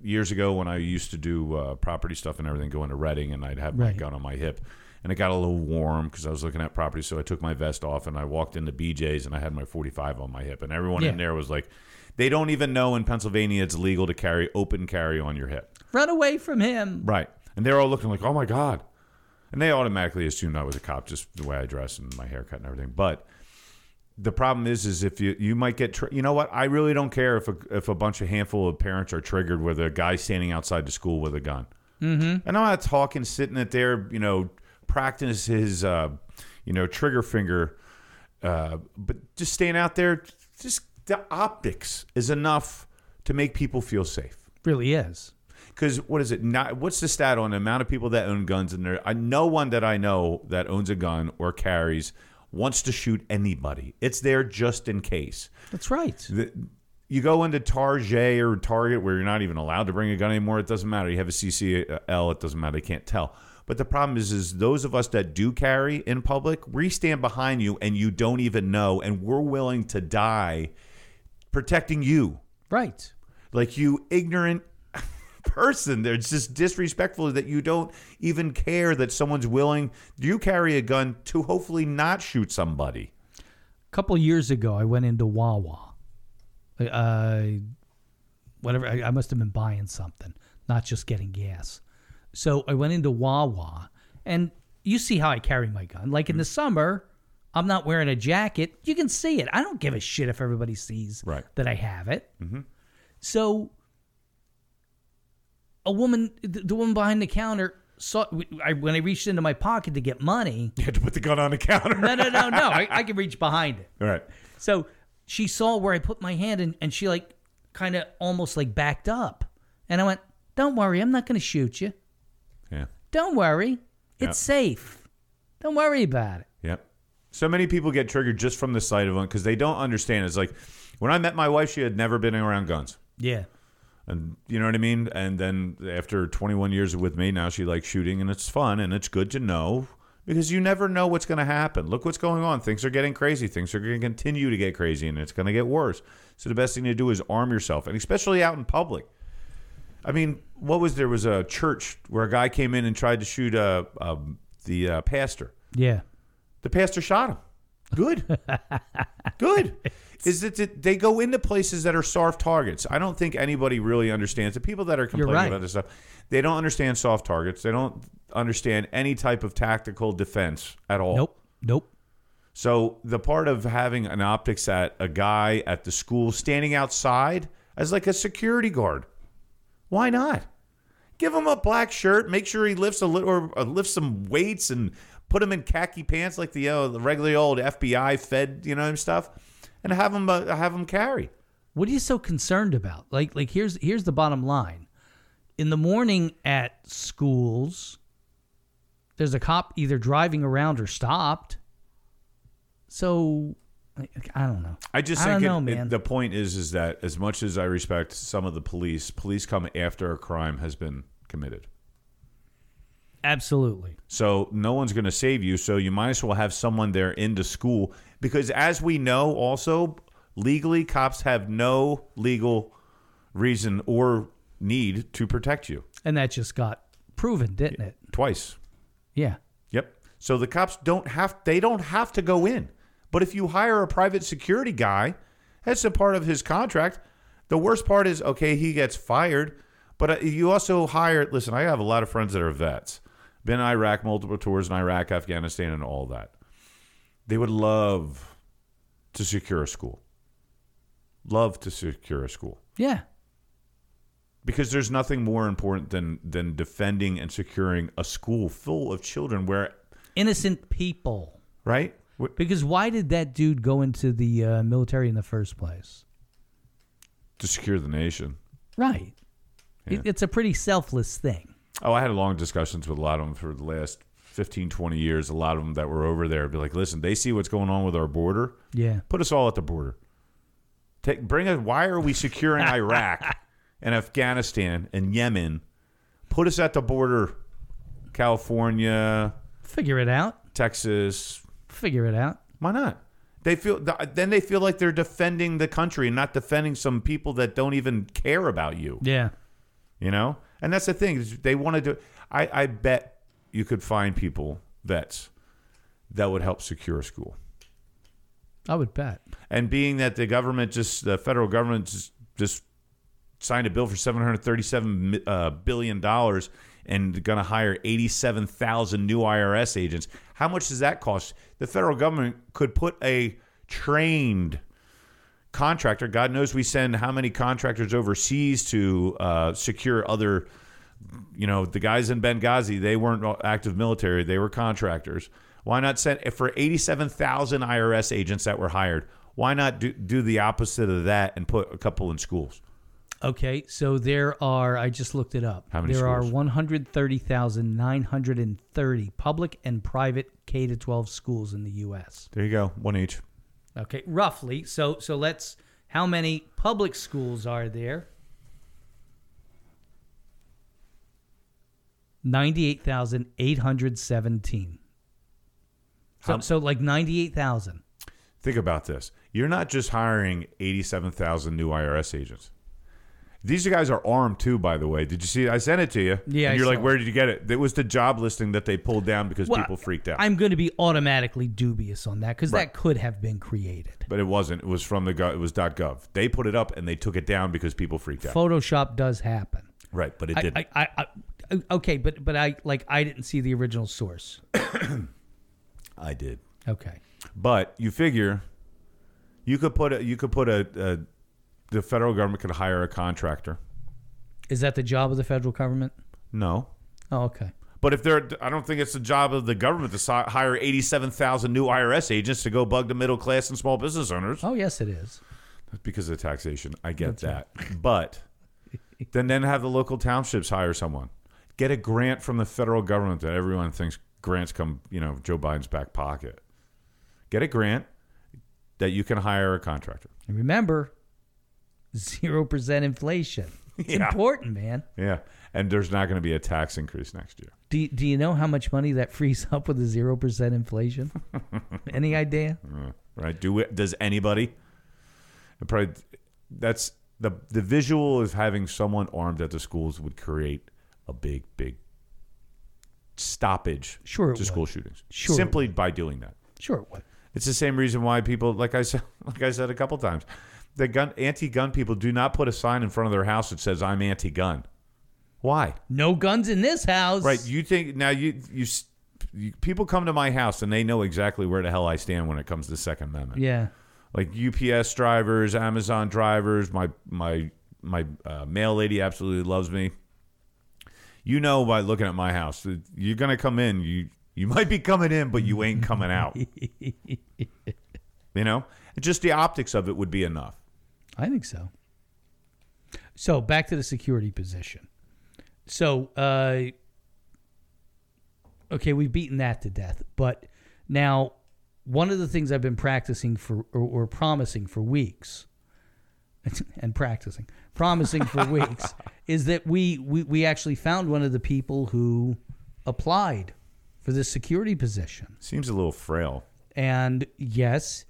S3: years ago when I used to do uh, property stuff and everything, going to Reading, and I'd have
S2: Right.
S3: my gun on my hip. and it got a little warm because I was looking at property. So I took my vest off and I walked into BJ's and I had my 45 on my hip, and everyone
S2: Yeah.
S3: in there was like, they don't even know in Pennsylvania it's legal to carry open carry on your hip.
S2: Run away from him.
S3: Right. And they're all looking like, oh my God. And they automatically assumed I was a cop just the way I dress and my haircut and everything. But the problem is, is if you you might get, tr you know what? I really don't care if a, if a bunch of handful of parents are triggered with a guy standing outside the school with a gun.
S2: Mm-hmm.
S3: And I'm not talking sitting at there, you know, practice his, uh, you know, trigger finger, uh, but just staying out there, just the optics is enough to make people feel safe.
S2: Really is.
S3: Because what is it? Not what's the stat on the amount of people that own guns? And there, I, no one that I know that owns a gun or carries wants to shoot anybody. It's there just in case.
S2: That's right.
S3: The- you go into Target or Target where you're not even allowed to bring a gun anymore. It doesn't matter. You have a CCL. It doesn't matter. They can't tell. But the problem is, is those of us that do carry in public, we stand behind you and you don't even know, and we're willing to die protecting you.
S2: Right.
S3: Like you ignorant person. They're- It's just disrespectful that you don't even care that someone's willing. You carry a gun to hopefully not shoot somebody.
S2: A couple years ago, I went into Wawa. Uh, whatever, I, I must have been buying something, not just getting gas. So I went into Wawa, and you see how I carry my gun. Like
S3: Mm-hmm.
S2: in the summer, I'm not wearing a jacket. You can see it. I don't give a shit if everybody sees
S3: Right.
S2: that I have it.
S3: Mm-hmm.
S2: So a woman, the the woman behind the counter, saw I, when I reached into my pocket to get money.
S3: You had to put the gun on the counter.
S2: No, no, no, no. I, I can reach behind it.
S3: All right.
S2: So she saw where I put my hand and, and she like kind of almost like backed up. And I went, Don't worry, I'm not going to shoot you.
S3: Yeah.
S2: Don't worry. It's
S3: Yeah.
S2: safe. Don't worry about it.
S3: Yep. So many people get triggered just from the sight of them because they don't understand. It's like when I met my wife, she had never been around guns.
S2: Yeah.
S3: And you know what I mean? And then after 21 years with me, now she likes shooting and it's fun and it's good to know because you never know what's going to happen. Look what's going on. Things are getting crazy. Things are going to continue to get crazy and it's going to get worse. So the best thing to do is arm yourself and especially out in public. I mean, what was there was a church where a guy came in and tried to shoot uh, um, the uh, pastor.
S2: Yeah.
S3: The pastor shot him. Good. Good. Is that that they go into places that are soft targets? I don't think anybody really understands the people that are complaining
S2: right.
S3: about this stuff. They don't understand soft targets. They don't understand any type of tactical defense at all.
S2: Nope. Nope.
S3: So the part of having an optics at a guy at the school standing outside as like a security guard. Why not? Give him a black shirt. Make sure he lifts a little or uh, lifts some weights and put him in khaki pants like the, uh, the regular old FBI Fed, you know, and stuff, and have him uh, have him carry.
S2: What are you so concerned about? Like like here's here's the bottom line. In the morning at schools, there's a cop either driving around or stopped. So I, I don't know.
S3: I just
S2: I
S3: think
S2: don't know,
S3: it- it-
S2: man.
S3: the point is is that as much as I respect some of the police, police come after a crime has been committed.
S2: Absolutely.
S3: So no one's going to save you. So you might as well have someone there into school because, as we know, also legally, cops have no legal reason or need to protect you
S2: And that just got proven, didn't it?
S3: twice.
S2: Yeah.
S3: Yep. So the cops don't have they don't have to go in. But if you hire a private security guy, that's a part of his contract. The worst part is okay, he gets fired, but uh, you also hire listen, I have a lot of friends that are vets. Been in Iraq multiple tours in Iraq, Afghanistan and all that. They would love to secure a school. Love to secure a school
S2: Yeah.
S3: because there's nothing more important than than defending and securing a school full of children where
S2: Innocent people.
S3: right?
S2: Because why did that dude go into the uh, military in the first place?
S3: to secure the nation.
S2: Right.
S3: Yeah.
S2: It, it's a pretty selfless thing.
S3: Oh, I had long discussions with a lot of them for the last 15, 20 years. A lot of them that were over there be like, listen, they see what's going on with our border.
S2: Yeah.
S3: Put us all at the border. Take, bring us. Why are we securing Iraq and Afghanistan and Yemen? Put us at the border, California,
S2: Figure it out.
S3: Texas.
S2: Figure it out.
S3: Why not? They feel th- then they feel like they're defending the country and not defending some people that don't even care about you.
S2: Yeah.
S3: you know and that's the thing is they want to do i i bet you could find people vets that would help secure a school.
S2: I would bet.
S3: And being that the government just the federal government just, just signed a bill for seven hundred thirty-seven mi- uh, billion dollars and going to hire eighty-seven thousand new IRS agents, how much does that cost? The federal government could put a trained contractor. God knows we send how many contractors overseas to uh, secure other. You know, the guys in Benghazi, they weren't active military; they were contractors. Why not send if for eighty-seven thousand IRS agents that were hired? Why not do, do the opposite of that and put a couple in schools?
S2: Okay, so there are. I just looked it up.
S3: How many
S2: there are
S3: schools?
S2: one hundred thirty thousand nine hundred and thirty public and private K to twelve schools in the U.S.
S3: There you go, one each.
S2: Okay, roughly. So so let's. How many public schools are there? Ninety-eight thousand eight hundred seventeen. So,
S3: How-
S2: so like ninety-eight thousand.
S3: Think about this. You're not just hiring 87,000 new IRS agents. These guys are armed too, by the way. Did you see? I sent it to you.
S2: Yeah, I
S3: And you're like,
S2: saw
S3: where did you get it? It was the job listing that they pulled down because
S2: Well,
S3: people freaked out.
S2: I'm going to be automatically dubious on that because
S3: Right.
S2: that could have been created.
S3: but it wasn't. It was from the gov. It was .gov. They put it up and they took it down because people freaked out.
S2: Photoshop does happen.
S3: right, but it
S2: I-
S3: didn't.
S2: I, I, I, okay, but but I like I didn't see the original source.
S3: I did.
S2: Okay.
S3: But you figure you could put a you could put a, a the federal government could hire a contractor.
S2: Is that the job of the federal government?
S3: No.
S2: Oh, okay.
S3: But if they're, I don't think it's the job of the government to si- hire 87,000 new IRS agents to go bug the middle class and small business owners
S2: Oh, yes, it is.
S3: because of the taxation. I get that. But then, then have the local townships hire someone. Get a grant from the federal government that everyone thinks grants come, you know, Joe Biden's back pocket. Get a grant that you can hire a contractor.
S2: And remember, zero percent inflation. It's
S3: Yeah.
S2: important, man.
S3: Yeah. And there's not going to be a tax increase next year.
S2: Do, do you know how much money that frees up with a zero percent inflation? Any idea?
S3: Uh, right? Do it? Does anybody? It probably that's the the visual of having someone armed at the schools would create a big big stoppage
S2: Sure it
S3: to
S2: would.
S3: school shootings.
S2: Sure it
S3: simply by doing that.
S2: Sure, it would.
S3: It's the same reason why people, like I said, like I said a couple times, the gun anti-gun people do not put a sign in front of their house that says "I'm anti-gun." Why?
S2: No guns in this house.
S3: Right? You think now you you. s- you- People come to my house and they know exactly where the hell I stand when it comes to the Second Amendment
S2: Yeah.
S3: like UPS drivers, Amazon drivers. My my my uh, mail lady absolutely loves me. You know by looking at my house, that you're gonna come in. You you might be coming in, but you ain't coming out. you know, just the optics of it would be enough.
S2: I think so. So back to the security position. So uh, okay, we've beaten that to death. But now, one of the things I've been practicing for or, or promising for weeks, and practicing promising for weeks is that we, we we actually found one of the people who applied for this security position.
S3: Seems a little frail.
S2: and yes,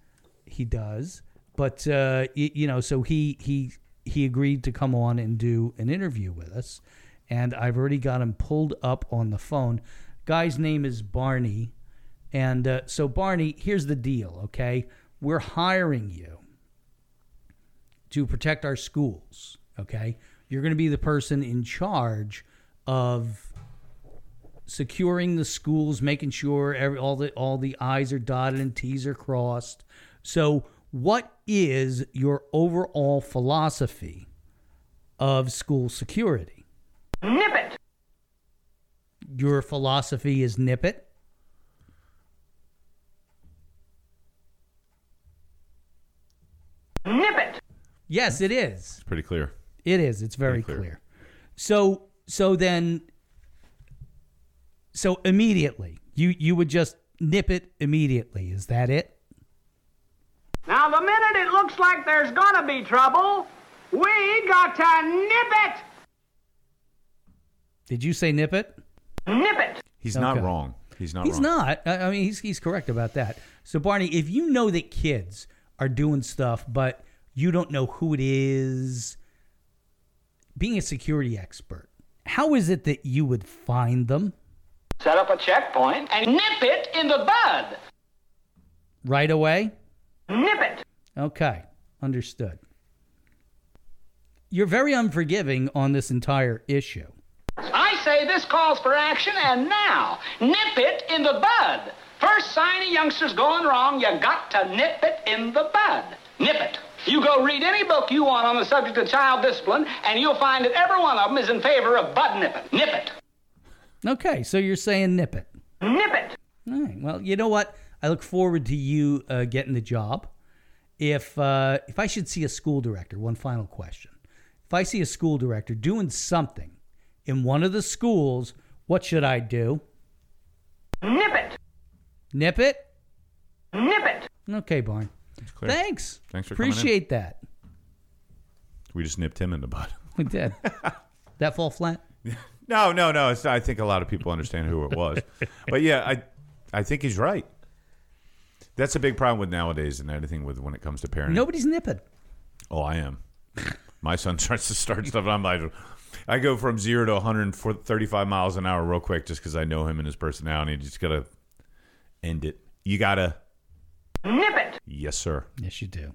S2: he does. But uh, y- you know, so he he he agreed to come on and do an interview with us, and I've already got him pulled up on the phone. Guy's name is Barney, and uh, so Barney, here's the deal. Okay, we're hiring you to protect our schools. Okay, you're going to be the person in charge of securing the schools, making sure every, all the all the I's are dotted and T's are crossed. So, what is your overall philosophy of school security?
S11: Nip it.
S2: Your philosophy is nip it.
S11: Nip it.
S2: Yes, it is.
S3: It's pretty clear.
S2: It is. It's very clear.
S3: Pretty clear.
S2: So so then so immediately you you would just nip it immediately. Is that it?
S11: Now, the minute it looks like there's gonna be trouble, we got to nip it.
S2: Did you say nip it?
S11: Nip it.
S3: He's not
S2: Okay.
S3: wrong. He's not.
S2: He's
S3: wrong.
S2: not. I I mean, he's he's correct about that. So Barney, if you know that kids are doing stuff, but you don't know who it is, being a security expert, how is it that you would find them?
S11: set up a checkpoint, and nip it in the bud.
S2: Right away?
S11: Nip it.
S2: Okay, understood. You're very unforgiving on this entire issue.
S11: I say this calls for action, and now nip it in the bud. First sign a youngster's going wrong, you got to nip it in the bud. Nip it. You go read any book you want on the subject of child discipline, and you'll find that every one of them is in favor of bud nipping. Nip it.
S2: Okay, so you're saying nip it.
S11: Nip it.
S2: All right. Well, you know what? I look forward to you uh, getting the job. If uh, if I should see a school director, one final question: If I see a school director doing something in one of the schools, what should I do?
S11: Nip it.
S2: Nip it.
S11: Nip it.
S2: Okay, Barn.
S3: clear.
S2: Thanks.
S3: Thanks for coming in.
S2: appreciate that.
S3: We just nipped him in the butt.
S2: We did. that fall flat.
S3: No, no, no. It's, I think a lot of people understand who it was, but yeah, I, I think he's right. That's a big problem with nowadays and anything with when it comes to parenting.
S2: Nobody's nipping.
S3: Oh, I am. My son starts to start stuff. And I'm like, I go from zero to 135 miles an hour real quick just because I know him and his personality. You just gotta end it. You gotta,
S11: Nip it.
S3: yes, sir.
S2: Yes, you do.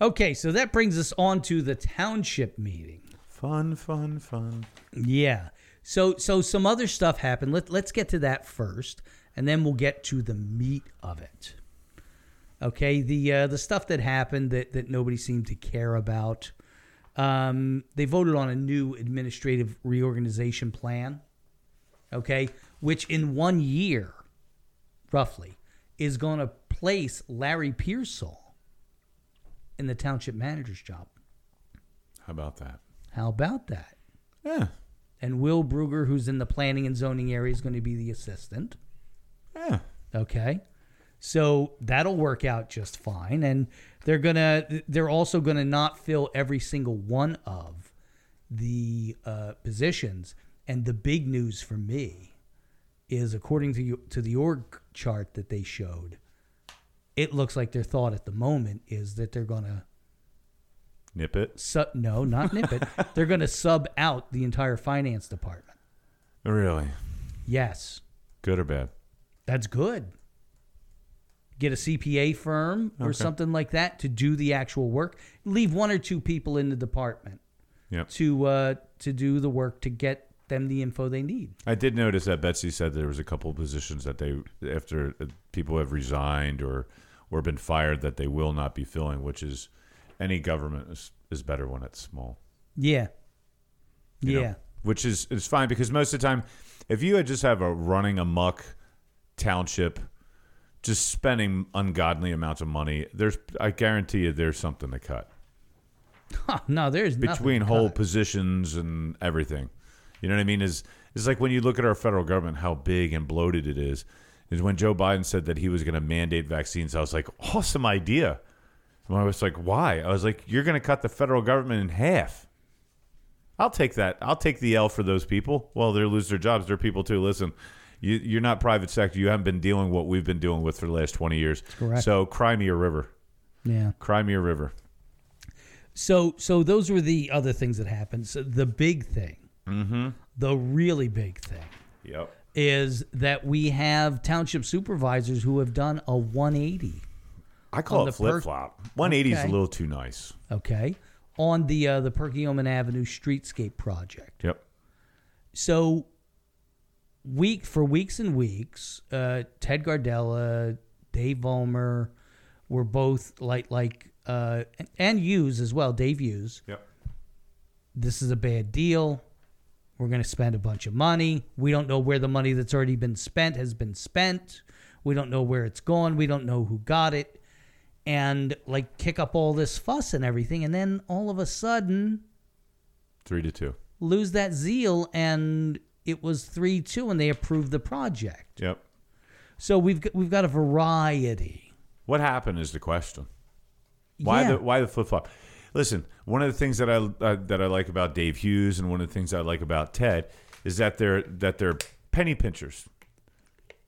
S2: Okay, so that brings us on to the township meeting.
S3: Fun, fun, fun.
S2: Yeah. So so some other stuff happened. Let let's get to that first, and then we'll get to the meat of it. Okay, the uh, the stuff that happened that that nobody seemed to care about. Um, they voted on a new administrative reorganization plan. Okay, which in one year, roughly, is going to place Larry Pearsall in the township manager's job.
S3: How about that?
S2: How about that?
S3: Yeah.
S2: And Will Bruger, who's in the planning and zoning area, is going to be the assistant.
S3: Yeah.
S2: Okay. So that'll work out just fine. And they're going to, they're also going to not fill every single one of the uh, positions. And the big news for me is according to, you, to the org chart that they showed, it looks like their thought at the moment is that they're going to
S3: Nip it.
S2: sub, no, not nip it. they're going to sub out the entire finance department.
S3: Really?
S2: Yes.
S3: Good or bad?
S2: That's good. Get a CPA firm or
S3: Okay.
S2: something like that to do the actual work. Leave one or two people in the department
S3: Yep.
S2: to uh, to do the work to get them the info they need.
S3: I did notice that Betsy said there was a couple of positions that they after uh, people have resigned or or been fired that they will not be filling, which is any government is, is better when it's small.
S2: Yeah.
S3: you know?
S2: yeah.
S3: which is is fine because most of the time, if you had just have a running amok township, just spending ungodly amounts of money, there's I guarantee you there's something to cut
S2: no, there's nothing
S3: between
S2: to
S3: whole
S2: cut.
S3: positions and everything. You know what I mean? Is it's like when you look at our federal government, how big and bloated it is. Is when Joe Biden said that he was going to mandate vaccines, I was like, awesome idea. And I was like, why? I was like, you're going to cut the federal government in half. I'll take that. I'll take the L for those people. Well, they lose their jobs. They're people too. Listen, you, you're not private sector. You haven't been dealing what we've been dealing with for the last 20 years.
S2: correct.
S3: So cry me a river.
S2: Yeah.
S3: Cry me a river.
S2: So so those were the other things that happened. So the big thing,
S3: Mm-hmm.
S2: the really big thing
S3: Yep.
S2: is that we have township supervisors who have done a 180.
S3: I
S2: on
S3: call
S2: the
S3: it
S2: per-
S3: flip flop. 180 is
S2: Okay.
S3: a little too nice.
S2: okay, on the uh, the Perkiomen Avenue streetscape project.
S3: Yep.
S2: So week for weeks and weeks, uh, Ted Gardella, Dave Vollmer were both like like uh, and, and Hughes as well. Dave Hughes.
S3: Yep.
S2: This is a bad deal. We're going to spend a bunch of money. We don't know where the money that's already been spent has been spent. We don't know where it's gone. We don't know who got it. And like kick up all this fuss and everything. And then all of a sudden,
S3: Three to two.
S2: lose that zeal and it was 3-2 and they approved the project.
S3: Yep.
S2: So we've got, we've got a variety.
S3: What happened is the question. Why
S2: Yeah.
S3: the why the flip flop? Listen, one of the things that I uh, that I like about Dave Hughes and one of the things I like about Ted is that they're that they're penny pinchers.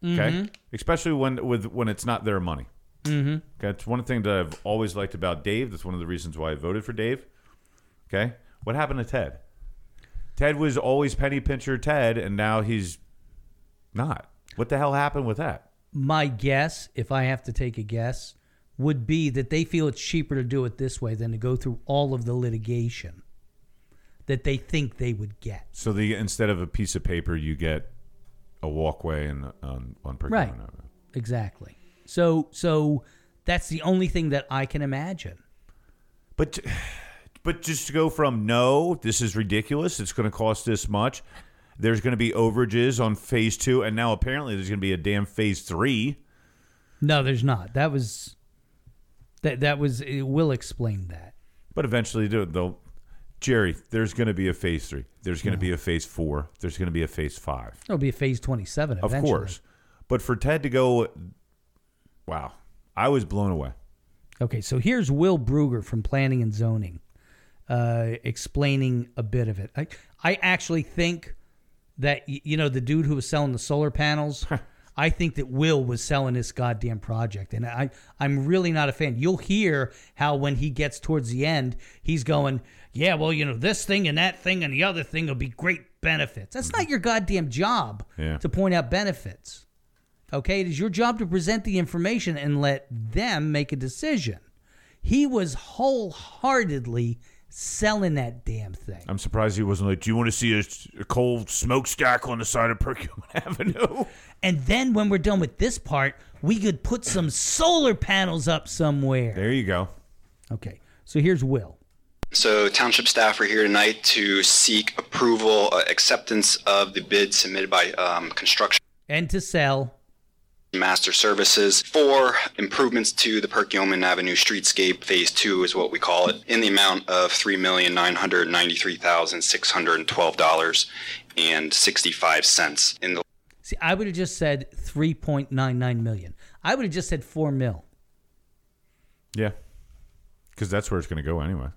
S3: Okay,
S2: Mhm.
S3: especially when with when it's not their money.
S2: Mhm.
S3: Okay, it's one thing that I've always liked about Dave. That's one of the reasons why I voted for Dave. Okay, what happened to Ted? Ted was always penny pincher Ted, and now he's not? What the hell happened with that?
S2: My guess, if I have to take a guess, would be that they feel it's cheaper to do it this way than to go through all of the litigation that they think they would get.
S3: So the instead of a piece of paper, you get a walkway and um, on per
S2: Right.
S3: capita.
S2: Exactly. So so that's the only thing that I can imagine.
S3: But but just to go from no, this is ridiculous. It's going to cost this much. There's going to be overages on phase two, and now apparently there's going to be a damn phase three.
S2: No, there's not. That was that that was it will explain that.
S3: But eventually, they'll- they'll Jerry. There's going to be a phase three. There's going to
S2: No.
S3: be a phase four. There's going to be a phase five.
S2: It'll be a phase 27 eventually.
S3: Of course. But for Ted to go, wow, I was blown away.
S2: Okay, so here's Will Bruger from Planning and Zoning uh, explaining a bit of it. I, I actually think that, y- you know, the dude who was selling the solar panels, I think that Will was selling this goddamn project. And I, I'm really not a fan. You'll hear how when he gets towards the end, he's going, yeah, well, you know, this thing and that thing and the other thing will be great benefits. That's not your goddamn job
S3: Yeah.
S2: to point out benefits. Okay, it is your job to present the information and let them make a decision. He was wholeheartedly selling that damn thing.
S3: I'm surprised he wasn't like, do you want to see a, a coal smokestack on the side of Perkins Avenue?
S2: And then when we're done with this part, we could put some solar panels up somewhere. There
S3: you go.
S2: Okay, so here's Will.
S12: So township staff are here tonight to seek approval, uh, acceptance of the bid submitted by um, Construction
S2: And to sell.
S12: Master Services for improvements to the Perkiomen Avenue streetscape. Phase two is what we call it, in the amount of three million nine hundred ninety-three thousand six hundred twelve dollars and sixty-five cents. In the
S2: See, I would have just said 3.99 million. I would have just said 4 mil.
S3: Yeah. Because that's where it's going to go anyway.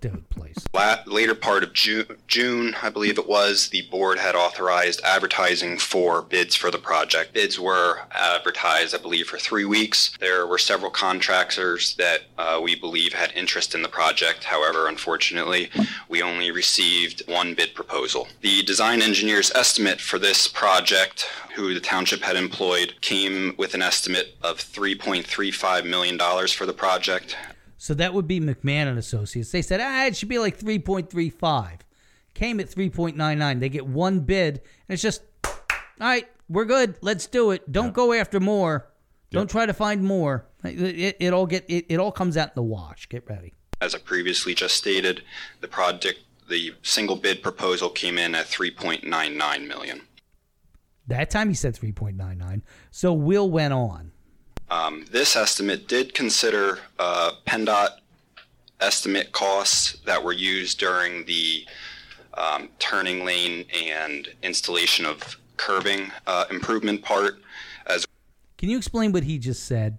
S2: Dude, please.
S12: La- later part of June, June, I believe it was, the board had authorized advertising for bids for the project. Bids were advertised, I believe, for three weeks. There were several contractors that uh, we believe had interest in the project. However, unfortunately, we only received one bid proposal. The design engineer's estimate for this project, who the township had employed, came with an estimate of $3.35 million for the project.
S2: So that would be McMahon and Associates. They said, ah, it should be like 3.35. Came at 3.99. They get one bid, and it's just, all right, we're good. Let's do it. Don't go after more. Don't try to find more. It, it- it all get it, it all comes out in the wash. Get ready.
S12: As I previously just stated, the project, the single bid proposal came in at 3.99 million.
S2: That time he said 3.99. So Will went on.
S12: Um, this estimate did consider uh, PennDOT estimate costs that were used during the um, turning lane and installation of curbing uh, improvement part, as
S2: Can you explain what he just said?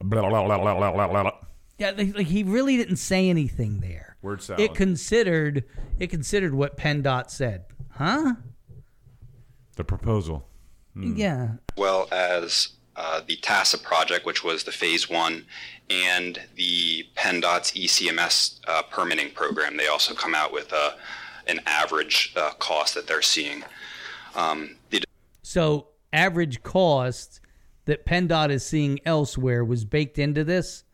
S3: Blah, blah, blah, blah, blah, blah, blah.
S2: Yeah, like, like he really didn't say anything there.
S3: Word salad.
S2: It considered it considered what PennDOT said. Huh?
S3: the proposal. Hmm.
S2: Yeah.
S12: well as uh, the TASA project, which was the phase one, and the E PennDOT's ECMS uh, permitting program. They also come out with uh, an average uh, cost that they're seeing. Um, the
S2: So average cost that PennDOT is seeing elsewhere was baked into this.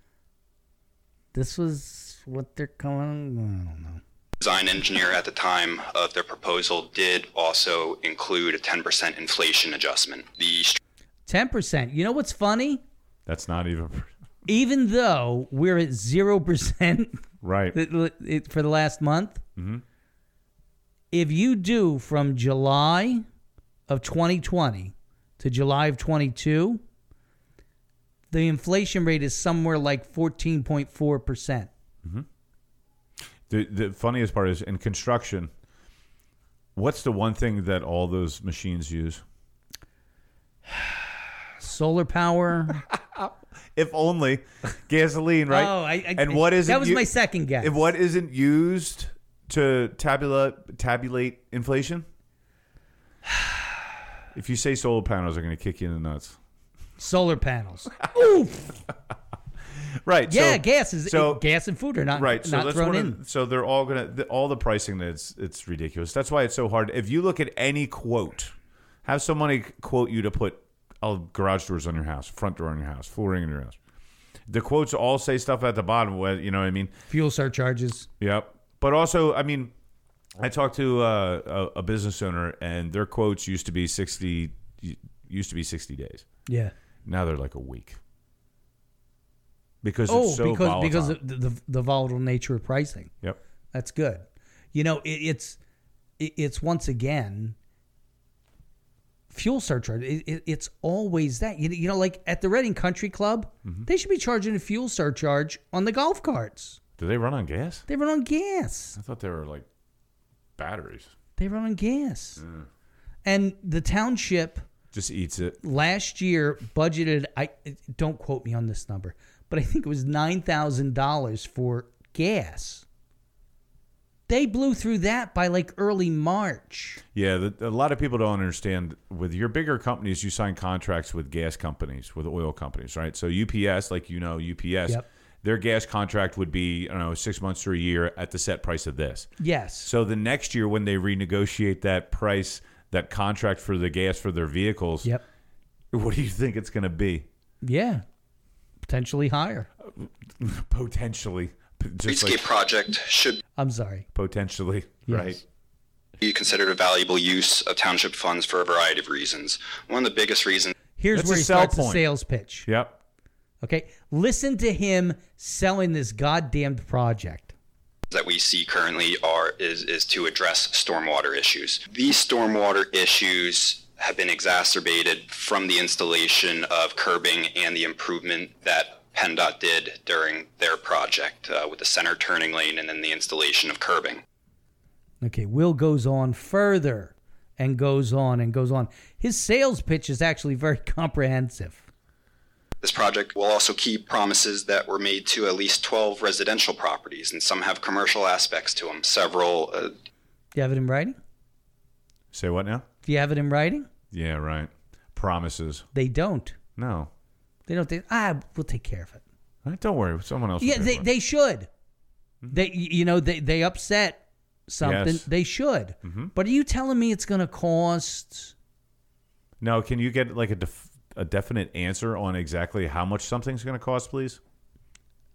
S2: This was what they're calling. I don't know.
S12: design engineer at the time of their proposal did also include a 10% inflation adjustment. The
S2: Ten percent. You know what's funny?
S3: That's not even
S2: Even though we're at zero percent
S3: right
S2: for the last month,
S3: Mhm.
S2: if you do from July of 2020 to July of 22, the inflation rate is somewhere like 14.4 percent.
S3: The the funniest part is in construction. What's the one thing that all those machines use?
S2: Solar power.
S3: if only gasoline, right?
S2: Oh, I- I-
S3: and what is
S2: that was my second guess.
S3: And what isn't used to tabula tabulate inflation? If you say solar panels are going to kick you in the nuts,
S2: solar panels. Oof.
S3: right?
S2: Yeah,
S3: so,
S2: gas is
S3: so
S2: gas and food are not
S3: right. So
S2: not
S3: that's
S2: thrown
S3: one
S2: in.
S3: Of, so they're all gonna the, all the pricing that's it's ridiculous. That's why it's so hard. If you look at any quote, Have somebody quote you to put uh, garage doors on your house, front door on your house, flooring in your house. The quotes all say stuff at the bottom. wh- You know what I mean?
S2: Fuel surcharges.
S3: Yep. But also, I mean, I talked to uh, a, a business owner, and their quotes used to be sixty used to be sixty days.
S2: Yeah.
S3: Now they're like a week because
S2: oh,
S3: it's so
S2: because
S3: volatile.
S2: because of the, the the volatile nature of pricing.
S3: Yep.
S2: That's good. You know, it, it's it, it's once again fuel surcharge. It, it, it's always that. You, you know, like at the Reading Country Club, they should be charging a fuel surcharge on the golf carts.
S3: do they run on gas?
S2: They run on gas.
S3: I thought they were like batteries.
S2: They run on gas.
S12: Mm.
S2: And the township
S3: Just eats it.
S2: last year budgeted I don't quote me on this number, but I think it was nine thousand dollars for gas. They blew through that by like early March.
S3: Yeah, the, a lot of people don't understand. With your bigger companies, you sign contracts with gas companies, with oil companies, right? So UPS, like you know, UPS,
S2: Yep.
S3: their gas contract would be, I don't know, six months or a year at the set price of this.
S2: Yes.
S3: So the next year, when they renegotiate that price, that contract for the gas for their vehicles,
S2: Yep.
S3: what do you think it's going to be?
S2: Yeah. Potentially higher.
S3: Potentially, p- just
S12: Streetscape
S3: like
S12: project should
S2: I'm sorry.
S3: potentially, right?
S12: be considered a valuable use of township funds for a variety of reasons. One of the biggest reasons
S2: Here's
S12: That's
S2: where
S12: a
S2: he
S12: sell
S2: starts the
S12: point.
S2: sales pitch.
S3: Yep.
S2: Okay. Listen to him selling this goddamned project.
S12: that we see currently are is, is to address stormwater issues. These stormwater issues have been exacerbated from the installation of curbing and the improvement that PennDOT did during their project uh, with the center turning lane and then the installation of curbing.
S2: Okay, Will goes on further and goes on and goes on. His sales pitch is actually very comprehensive.
S12: This project will also keep promises that were made to at least 12 residential properties, and some have commercial aspects to them. Several uh,
S2: Do you have it in writing?
S3: Say what now?
S2: Do you have it in writing?
S3: Yeah, right. Promises.
S2: They don't.
S3: No,
S2: They don't think, ah, we'll take care of it.
S3: Right, don't worry. Someone else. will
S2: Yeah,
S3: do
S2: they,
S3: it.
S2: they should. They you know they they upset something.
S3: Yes.
S2: They should.
S3: Mhm.
S2: But are you telling me it's going to cost?
S3: Now, can you get like a def- a definite answer on exactly how much something's going to cost, please?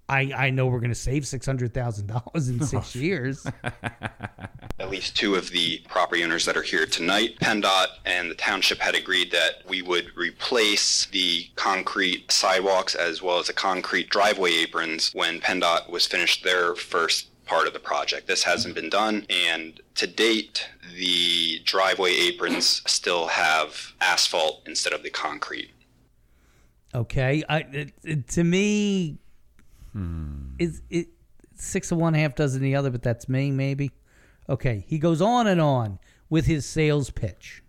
S2: I I know we're going to save six hundred thousand dollars in six years.
S12: at least two of the property owners that are here tonight, PennDOT and the township had agreed that we would replace the concrete sidewalks as well as the concrete driveway aprons when PennDOT was finished their first part of the project. This hasn't been done, and to date, the driveway aprons still have asphalt instead of the concrete.
S2: Okay, I it, it- to me, is it six of one half dozen of the other, but that's me maybe. Okay, he goes on and on with his sales pitch.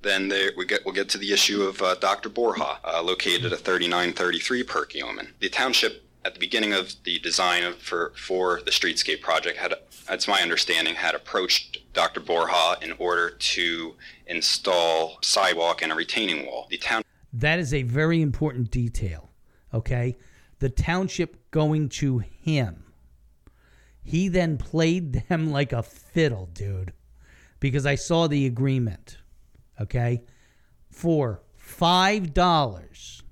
S12: Then there, we get, we'll get to the issue of uh, Dr. Borja, uh, located at 3933 Perkiomen. The township, at the beginning of the design of, for, for the streetscape project, had, that's my understanding, had approached Dr. Borja in order to install sidewalk and a retaining wall. The town
S2: That is a very important detail. Okay, the township going to him. He then played them like a fiddle, dude, because I saw the agreement. Okay, for five dollars.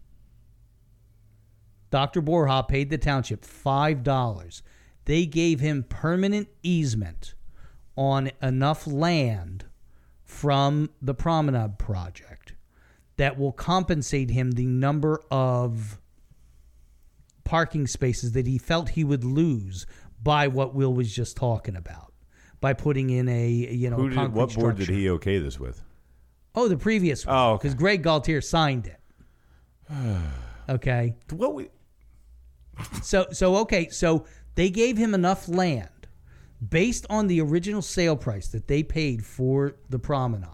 S2: Dr. Borja paid the township $5. They gave him permanent easement on enough land from the Promenade Project that will compensate him the number of parking spaces that he felt he would lose by what Will was just talking about by putting in a you know
S3: Who
S2: a
S3: did,
S2: concrete
S3: what board
S2: structure.
S3: did he okay this with?
S2: Oh, the previous one. Oh, because Greg Galtier signed it. okay.
S3: What we?
S2: so so okay. So they gave him enough land based on the original sale price that they paid for the promenade.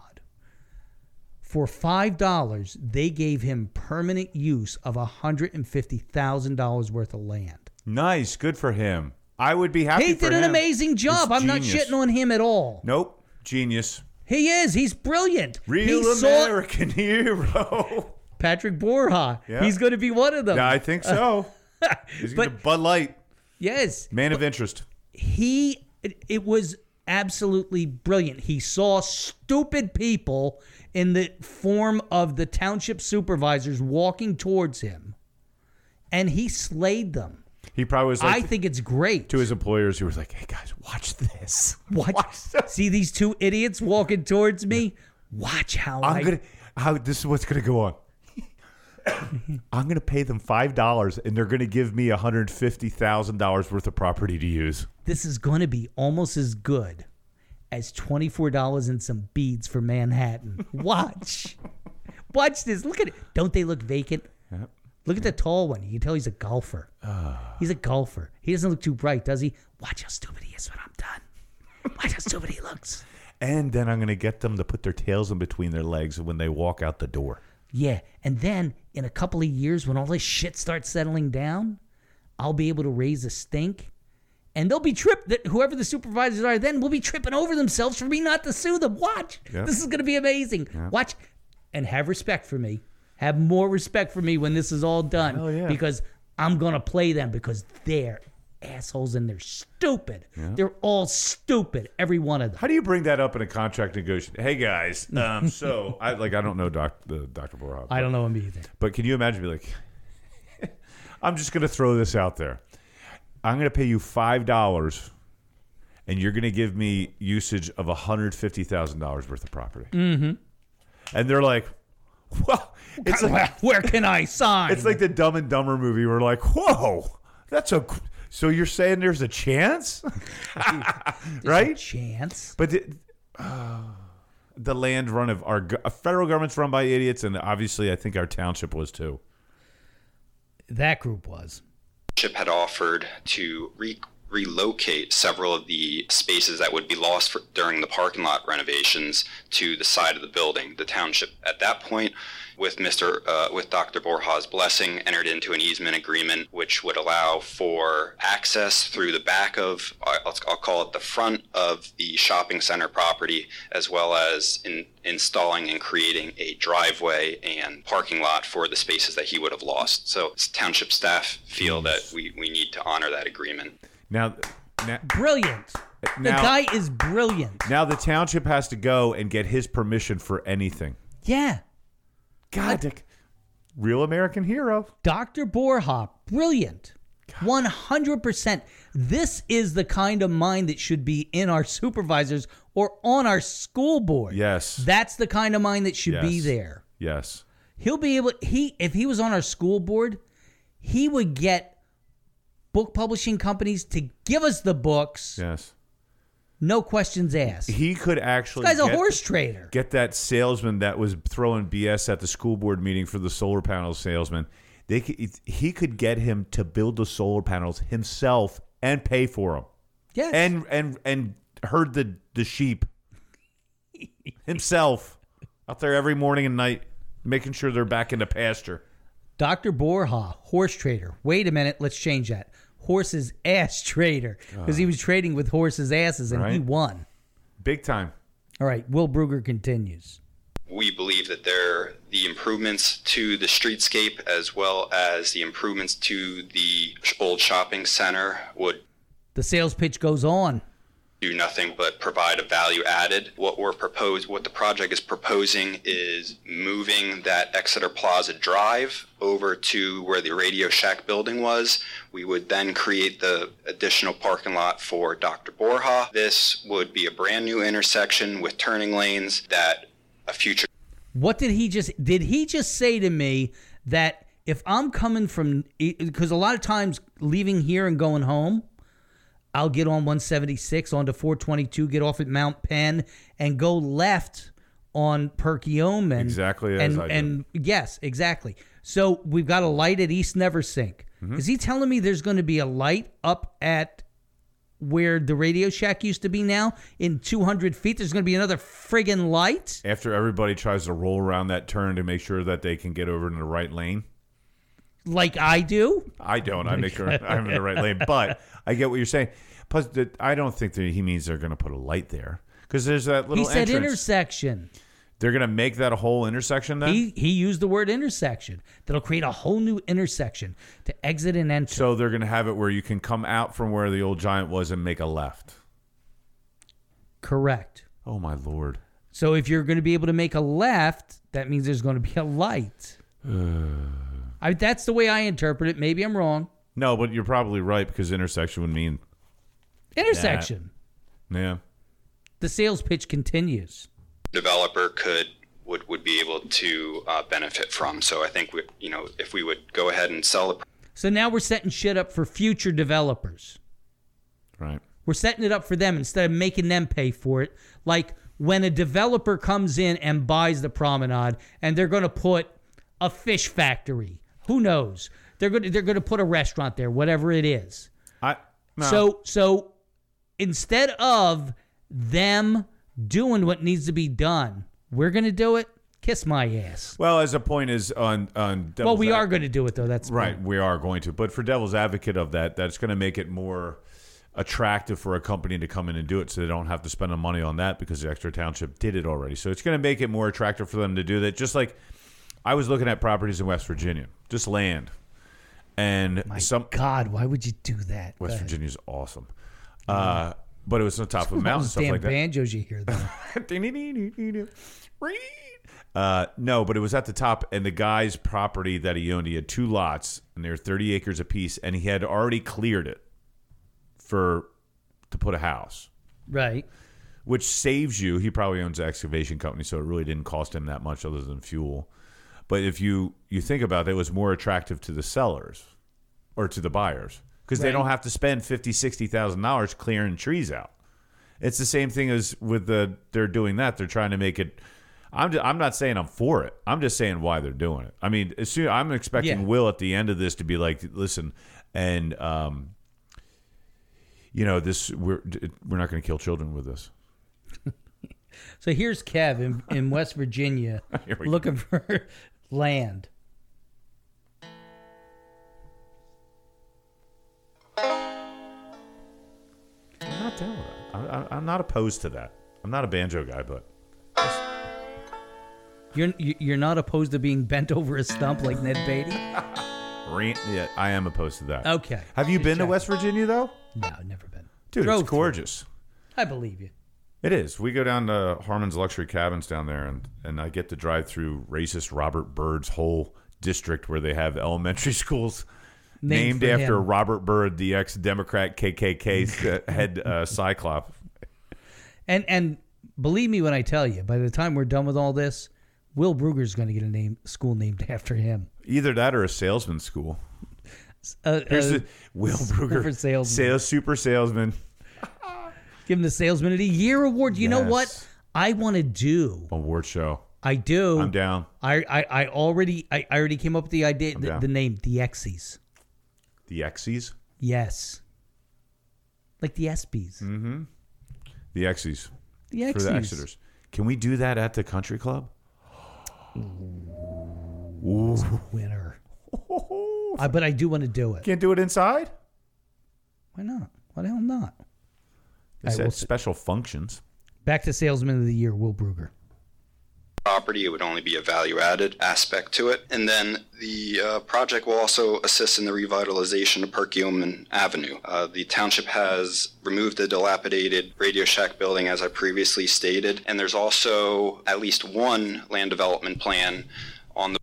S2: For five dollars, they gave him permanent use of hundred and fifty thousand dollars worth of land.
S3: Nice, good for him. I would be happy.
S2: he
S3: for
S2: did an
S3: him.
S2: amazing job.
S3: It's
S2: I'm not
S3: genius.
S2: shitting on him at all.
S3: Nope, genius.
S2: He is. He's brilliant.
S3: Real
S2: he saw
S3: American hero.
S2: Patrick Borja.
S3: Yeah.
S2: He's going to be one of them.
S3: Yeah, I think so. He's gonna Bud Light,
S2: yes,
S3: man of interest.
S2: he it, it was absolutely brilliant. He saw stupid people in the form of the township supervisors walking towards him, and he slayed them.
S3: He probably was. Like
S2: I think it's great.
S3: To his employers, he was like, "Hey guys, watch this.
S2: Watch. See these two idiots walking towards me. Watch how
S3: I'm
S2: I-
S3: gonna. How this is what's gonna go on. I'm gonna pay them five dollars, and they're gonna give me hundred fifty thousand dollars worth of property to use.
S2: This is going to be almost as good as twenty four dollars and some beads for Manhattan. Watch, watch this. Look at it. Don't they look vacant?
S3: Yep.
S2: Look at the tall one. You can tell he's a golfer. he's a golfer. He doesn't look too bright, does he? Watch how stupid he is when I'm done. Watch how stupid he looks.
S3: And then I'm gonna get them to put their tails in between their legs when they walk out the door.
S2: Yeah. And then in a couple of years, when all this shit starts settling down, I'll be able to raise a stink. And they'll be tripped that whoever the supervisors are then will be tripping over themselves for me not to sue them. Watch.
S3: Yeah.
S2: This is going to be amazing.
S3: Yeah.
S2: Watch and have respect for me. Have more respect for me when this is all done
S3: yeah.
S2: because I'm going to play them because they're assholes and they're stupid.
S3: Yeah.
S2: They're all stupid, every one of them.
S3: How do you bring that up in a contract negotiation? Hey guys, um, so I like I don't know Doc, uh, Dr. Borhoff.
S2: I don't know him either.
S3: But can you imagine be like, I'm just going to throw this out there. I'm going to pay you five dollars, and you're going to give me usage of hundred fifty thousand dollars worth of property.
S2: Mm-hmm.
S3: And they're like, well, it's like,
S2: where can I sign?
S3: It's like the Dumb and Dumber movie. We're like, whoa, that's a. gr- So you're saying there's a chance, right?
S2: chance,
S3: but. The, uh, the land run of our go- uh, federal government's run by idiots, and obviously, I think our township was too.
S2: That group was.
S12: Chip had offered to re- relocate several of the spaces that would be lost for, during the parking lot renovations to the side of the building. The township at that point, with Mr. Uh, with Dr. Borja's blessing, entered into an easement agreement which would allow for access through the back of I- I'll, I'll call it the front of the shopping center property, as well as in installing and creating a driveway and parking lot for the spaces that he would have lost. So township staff feel that we, we need to honor that agreement.
S3: Now, now
S2: brilliant. The
S3: Now-
S2: guy is brilliant.
S3: Now the township has to go and get his permission for anything.
S2: Yeah.
S3: God, Dick. Real American hero.
S2: Dr. Borhop, brilliant. 100%. This is the kind of mind that should be in our supervisors or on our school board.
S3: Yes.
S2: That's the kind of mind that should be
S3: Yes.
S2: there.
S3: Yes.
S2: He'll be able he if he was on our school board, he would get book publishing companies to give us the books,
S3: Yes.
S2: no questions asked.
S3: He could actually
S2: This guy's a
S3: get-
S2: horse trader.
S3: Get that salesman that was throwing BS at the school board meeting for the solar panel salesman. They could, he could get him to build the solar panels himself and pay for them.
S2: Yes.
S3: And and and herd the the sheep himself out there every morning and night making sure they're back in the pasture.
S2: Dr. Borja, horse trader. Wait a minute, let's change that. Horse's ass trader. Because he was trading with horses' asses and he
S3: Right.
S2: won.
S3: Big time.
S2: All right, Will Bruger continues.
S12: we believe that there the improvements to the streetscape as well as the improvements to the old shopping center would
S2: The sales pitch goes on.
S12: do nothing but provide a value added. What we're proposed, what the project is proposing is moving that Exeter Plaza Drive over to where the Radio Shack building was. We would then create the additional parking lot for Dr. Borja. This would be a brand new intersection with turning lanes that a future
S2: What did he just did he just say to me that if I'm coming from because a lot of times leaving here and going home, I'll get on 176 onto 422, get off at Mount Penn and go left on Perkiomen.
S3: Exactly as
S2: and,
S3: I do.
S2: and yes, exactly. So we've got a light at East Neversink.
S3: Mm-hmm.
S2: Is he telling me there's going to be a light up at where the Radio Shack used to be now in 200 feet? There's going to be another friggin' light?
S3: After everybody tries to roll around that turn to make sure that they can get over in the right lane.
S2: like I do.
S3: I don't. I make sure I'm in the right lane. But I get what you're saying. Plus, the, I don't think that he means they're going to put a light there because there's that little
S2: He said
S3: entrance.
S2: intersection.
S3: they're going to make that a whole intersection then.
S2: He he used the word intersection. That'll create a whole new intersection to exit and enter.
S3: so they're going to have it where you can come out from where the old giant was and make a left.
S2: Correct.
S3: Oh my lord.
S2: So if you're going to be able to make a left, that means there's going to be a light. I, that's the way I interpret it. Maybe I'm wrong.
S3: No, but you're probably right because intersection would mean
S2: Intersection.
S3: that. Yeah.
S2: The sales pitch continues.
S12: developer could would would be able to uh, benefit from. So I think we, you know, if we would go ahead and sell the
S2: So now we're setting shit up for future developers.
S3: Right.
S2: We're setting it up for them instead of making them pay for it. Like when a developer comes in and buys the promenade and they're going to put a fish factory. Who knows? They're going to they're going to put a restaurant there, whatever it is.
S3: I no.
S2: So so instead of them doing what needs to be done, we're going to do it. Kiss my ass.
S3: Well, as a point is on on.
S2: well,
S3: devil's
S2: we
S3: ad-
S2: are going to do it though. That's the
S3: right.
S2: point.
S3: We are going to, but for devil's advocate of that, that's going to make it more attractive for a company to come in and do it, so they don't have to spend the money on that because the extra township did it already. So it's going to make it more attractive for them to do that. Just like I was looking at properties in West Virginia, just land, and some
S2: God, why would you do that?
S3: West Virginia's awesome. Uh, but it was on top of a
S2: All
S3: mountain,
S2: those
S3: stuff
S2: damn
S3: like that.
S2: banjos you hear though.
S3: Uh, no, but it was at the top, and the guy's property that he owned, he had two lots, and they were 30 acres apiece, and he had already cleared it for to put a house,
S2: right.
S3: which saves you. He probably owns an excavation company, so it really didn't cost him that much other than fuel. But if you you think about it, it was more attractive to the sellers or to the buyers because they
S2: Right.
S3: don't have to spend fifty, sixty thousand dollars clearing trees out. It's the same thing as with the they're doing that. They're trying to make it. I'm just, I'm not saying I'm for it. I'm just saying why they're doing it. I mean, as soon, I'm expecting
S2: Yeah.
S3: Will at the end of this to be like, listen, and um, you know, this we're we're not going to kill children with this.
S2: So here's Kev in, in West Virginia
S3: we
S2: looking for land.
S3: I'm not down with that. I, I, I'm not opposed to that. I'm not a banjo guy, but
S2: You're you- you're not opposed to being bent over a stump like Ned Beatty?
S3: rant, yeah, I am opposed to that.
S2: Okay.
S3: Have you
S2: Just
S3: been to
S2: checking.
S3: West Virginia though?
S2: No, never been.
S3: Dude,
S2: Drove
S3: it's
S2: through.
S3: gorgeous.
S2: I believe you.
S3: It is. We go down to Harmon's Luxury Cabins down there, and, and I get to drive through racist Robert Byrd's whole district where they have elementary schools
S2: Named
S3: named,
S2: for
S3: after
S2: him.
S3: Robert Byrd, the ex Democrat KKK head uh, cyclop.
S2: And and believe me when I tell you, by the time we're done with all this, Will Bruger's going to get a name school named after him.
S3: Either that or a salesman school.
S2: Uh,
S3: Here's
S2: uh,
S3: the Will Bruger,
S2: super salesman.
S3: sales super salesman.
S2: Give him the Salesman of the Year award. You know what?
S3: Yes.
S2: I want to do.
S3: Award show.
S2: I do.
S3: I'm down.
S2: I, I, I already I, I already came up with the idea
S3: I'm
S2: the,
S3: down.
S2: the name DXs.
S3: The X's.
S2: Yes. Like the ESPYs.
S3: Mm-hmm. The X's.
S2: The
S3: For the
S2: X's.
S3: Exeters. Can we do that at the country club? Ooh.
S2: Winner. I, but I do want to do it.
S3: Can't do it inside?
S2: Why not? Why the hell not?
S3: They
S2: I will
S3: said
S2: s-
S3: special functions.
S2: Back to Salesman of the Year, Will Bruger.
S12: property. It would only be a value added aspect to it. And then the uh, project will also assist in the revitalization of Perkiomen Avenue. Uh, the township has removed the dilapidated Radio Shack building, as I previously stated, and there's also at least one land development plan on the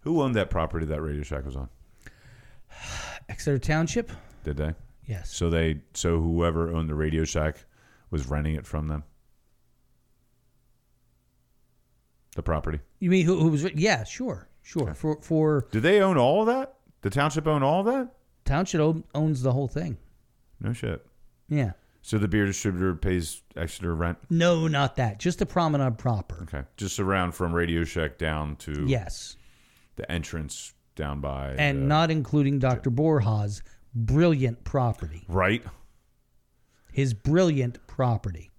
S3: Who owned that property that Radio Shack was on?
S2: Exeter Township?
S3: Did they?
S2: Yes.
S3: So they so whoever owned the Radio Shack was renting it from them. The property.
S2: You mean who, who was? Yeah, sure, sure. For for
S3: Do they own all of that? The township own all of that?
S2: township own, owns the whole thing.
S3: No shit.
S2: Yeah.
S3: So the beer distributor pays extra rent.
S2: No, not that. Just the promenade proper.
S3: Okay. Just around from Radio Shack down to
S2: Yes,
S3: the entrance down by uh,
S2: and
S3: the-
S2: not including Doctor Borja's brilliant property.
S3: right.
S2: His brilliant property.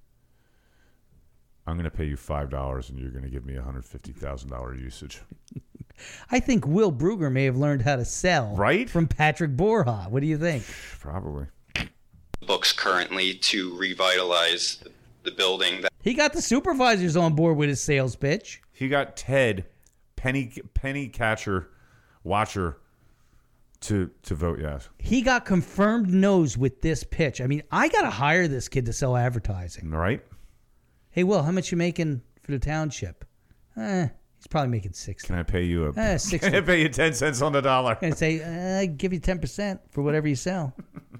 S3: I'm going to pay you five dollars, and you're going to give me a hundred fifty thousand dollar usage.
S2: I think Will Bruger may have learned how to sell
S3: Right?
S2: from Patrick Borja. What do you think?
S3: Probably.
S12: books currently to revitalize the, the building. That
S2: He got the supervisors on board with his sales pitch.
S3: He got Ted, penny penny catcher, watcher, to to vote yes.
S2: He got confirmed no's with this pitch. I mean, I got to hire this kid to sell advertising.
S3: Right?
S2: "Hey, Will, how much you making for the township?" Eh, he's probably making six.
S3: Can I pay you a?
S2: Eh, six.
S3: Can I pay you ten cents on the dollar?
S2: And say, uh, I give you ten percent for whatever you sell.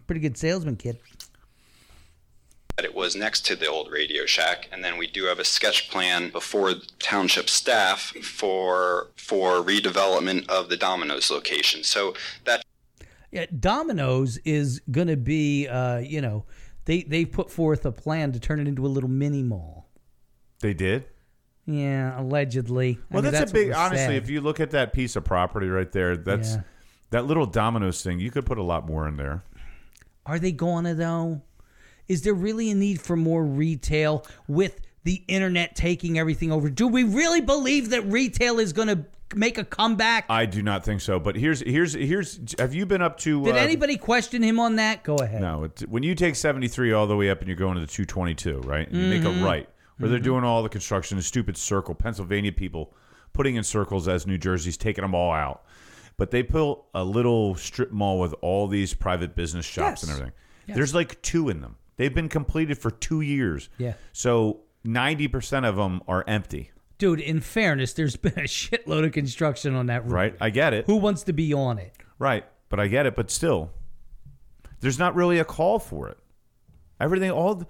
S2: Pretty good salesman, kid.
S12: that it was next to the old Radio Shack, and then we do have a sketch plan before the township staff for for redevelopment of the Domino's location. So that
S2: Yeah, Domino's is going to be, uh, you know, they they put forth a plan to turn it into a little mini mall.
S3: They did.
S2: Yeah, allegedly. I
S3: Well,
S2: mean,
S3: that's,
S2: what
S3: a big.
S2: was
S3: Honestly,
S2: said.
S3: if you look at that piece of property right there, that's
S2: Yeah.
S3: that little Domino's thing. You could put a lot more in there.
S2: Are they gonna though? Is there really a need for more retail with the internet taking everything over? Do we really believe that retail is gonna make a comeback?
S3: I do not think so. But here's here's here's. Have you been up to?
S2: Did
S3: uh,
S2: anybody question him on that? Go ahead.
S3: No, it, when you take 73 all the way up and you're going to the 222, right? And you make
S2: Mhm.
S3: a right where they're
S2: Mhm.
S3: doing all the construction, a stupid circle. Pennsylvania people putting in circles as New Jersey's taking them all out. But they built a little strip mall with all these private business shops and
S2: Yes.
S3: everything.
S2: Yes.
S3: There's like two in them. They've been completed for two years.
S2: Yeah.
S3: So 90% of them are empty,
S2: Dude, in fairness, there's been a shitload of construction on that road.
S3: right? I get it.
S2: Who wants to be on it?
S3: Right. But I get it. But still, there's not really a call for it. Everything, all, th-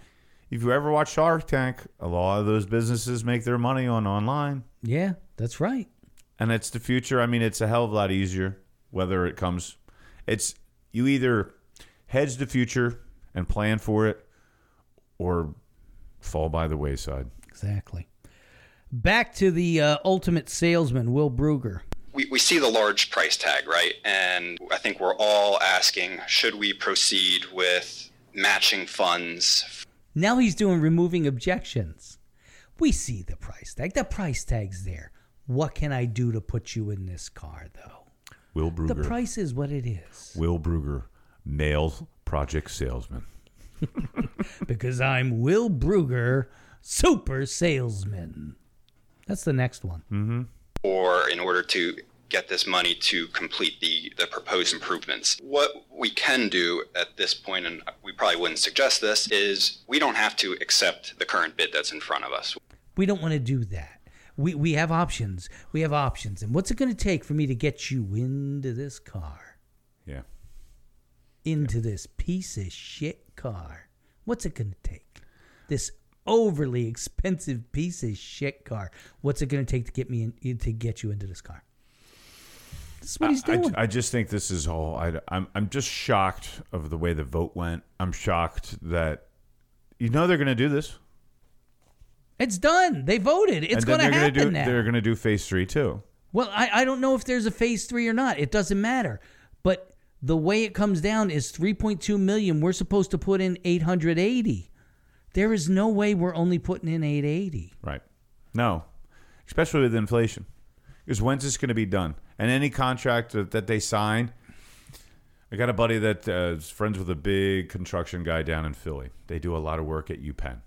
S3: if you ever watch Shark Tank, a lot of those businesses make their money on online.
S2: Yeah, that's right.
S3: And it's the future. I mean, it's a hell of a lot easier whether it comes, it's, you either hedge the future and plan for it or fall by the wayside.
S2: Exactly. Back to the uh, ultimate salesman, Will Bruger.
S12: we, we see the large price tag, right? And I think we're all asking, should we proceed with matching funds
S2: Now he's doing removing objections. We see the price tag. The price tag's there. What can I do to put you in this car, though?
S3: Will Bruger.
S2: The price is what it is
S3: Will Bruger, male project salesman.
S2: because I'm Will Bruger, super salesman. That's the next one. Mm-hmm.
S12: or in order to get this money to complete the, the proposed improvements. What we can do at this point, and we probably wouldn't suggest this, is we don't have to accept the current bid that's in front of us.
S2: We don't want to do that. We, we have options. We have options. And what's it going to take for me to get you into this car?
S3: Yeah.
S2: Into this piece of shit car? What's it going to take? This overly expensive piece of shit car. What's it going to take to get me in, to get you into this car? This is what he's
S3: I- I-
S2: doing.
S3: I, just think this is all. I, I'm I'm just shocked of the way the vote went. I'm shocked that you know they're going to do this.
S2: it's done. They voted. It's
S3: And then
S2: going to
S3: they're
S2: happen
S3: gonna do,
S2: now.
S3: They're going to do phase three too.
S2: Well, I, I don't know if there's a phase three or not. It doesn't matter. But the way it comes down is 3.2 million. We're supposed to put in 880. There is no way we're only putting in 880.
S3: Right. No, especially with inflation. Because when's this going to be done? And any contract that, that they sign, I got a buddy that uh, is friends with a big construction guy down in Philly. They do a lot of work at UPenn.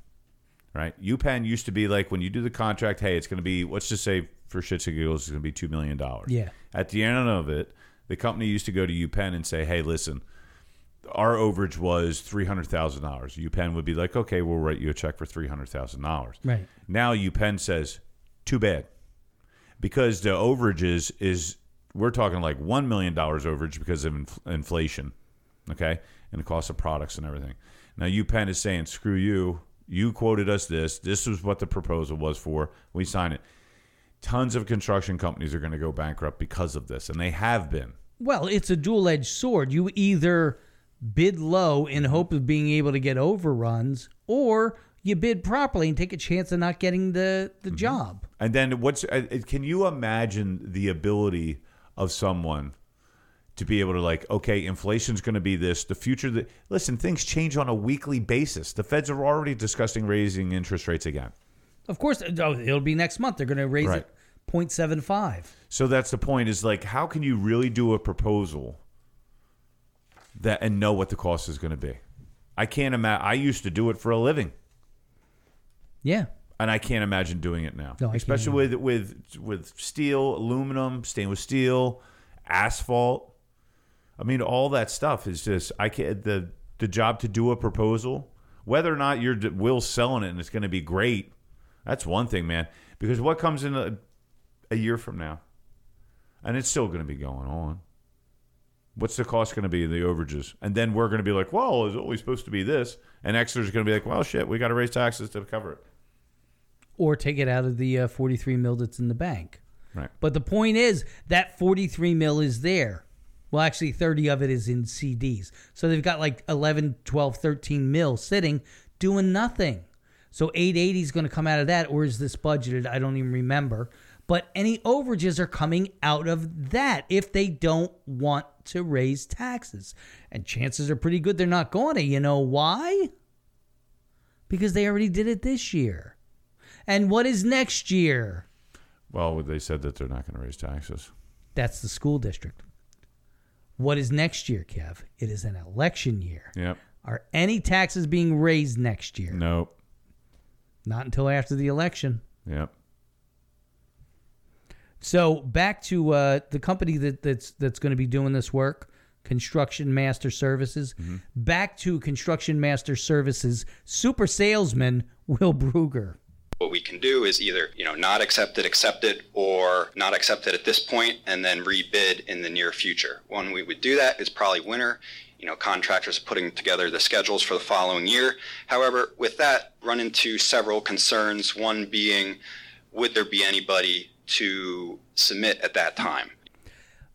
S3: Right? UPenn used to be like when you do the contract, hey, it's going to be let's just say for shits and giggles, it's going to be two million dollars.
S2: Yeah.
S3: At the end of it, the company used to go to UPenn and say, hey, listen. Our overage was three hundred thousand dollars. UPenn would be like, "Okay, we'll write you a check for three hundred thousand dollars."
S2: Right.
S3: Now UPenn says, too bad. Because the overages is, we're talking like $1 million overage because of inf- inflation, okay? And the cost of products and everything. Now UPenn is saying, screw you. You quoted us this. This was what the proposal was for. We sign it. Tons of construction companies are going to go bankrupt because of this, and they have been.
S2: Well, it's a dual edged sword. You either bid low in hope of being able to get overruns, or you bid properly and take a chance of not getting the, the job.
S3: And then what's? uh, Can you imagine the ability of someone to be able to like, okay, inflation's going to be this. The future that listen, things change on a weekly basis. The Feds are already discussing raising interest rates again.
S2: Of course, oh, it'll be next month. They're going to raise
S3: Right.
S2: it 0.75.
S3: So that's the point. Is like, how can you really do a proposal that and know what the cost is going to be? I can't imagine. I used to do it for a living.
S2: Yeah.
S3: and I can't imagine doing it now.
S2: No, I can't
S3: especially with with with steel, aluminum, stainless steel, asphalt. I mean, all that stuff is just I can't the the job to do a proposal, whether or not you're d- will selling it and it's going to be great. That's one thing, man. Because what comes in a, a year from now, and it's still going to be going on. What's the cost going to be of the overages? And then we're going to be like, well, it's always supposed to be this, and Exeter's going to be like, well, shit, we got to raise taxes to cover it.
S2: or take it out of the uh, 43 mil that's in the bank.
S3: Right.
S2: But the point is that 43 mil is there. Well, actually, 30 of it is in CDs. So they've got like 11, 12, 13 mil sitting doing nothing. So 880 is going to come out of that, or is this budgeted? I don't even remember. But any overages are coming out of that if they don't want to raise taxes. And chances are pretty good they're not going to. You know why? Because they already did it this year. And what is next year?
S3: Well, they said that they're not going to raise taxes.
S2: That's the school district. What is next year, Kev? It is an election year.
S3: Yep.
S2: Are any taxes being raised next year?
S3: Nope.
S2: Not until after the election.
S3: Yep.
S2: So back to uh, the company that, that's that's going to be doing this work, Construction Master Services. Back to Construction Master Services super salesman Will Bruger.
S12: what we can do is either you know not accept it accept it or not accept it at this point and then rebid in the near future when we would do that is probably winter you know contractors are putting together the schedules for the following year however with that run into several concerns one being would there be anybody to submit at that time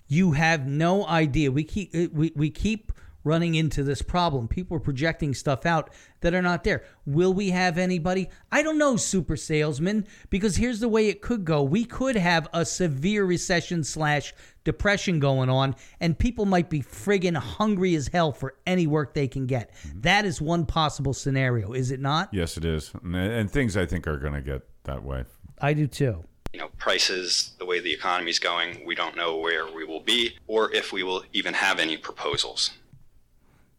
S2: You have no idea. We keep uh, we, we keep running into this problem. People are projecting stuff out that are not there. Will we have anybody? I don't know, super salesman, because here's the way it could go. We could have a severe recession slash depression going on, and people might be friggin' hungry as hell for any work they can get. That is one possible scenario, is it not?
S3: Yes, it is. And, and things I think are going to get that way.
S2: I do too.
S12: you know prices the way the economy's going we don't know where we will be or if we will even have any proposals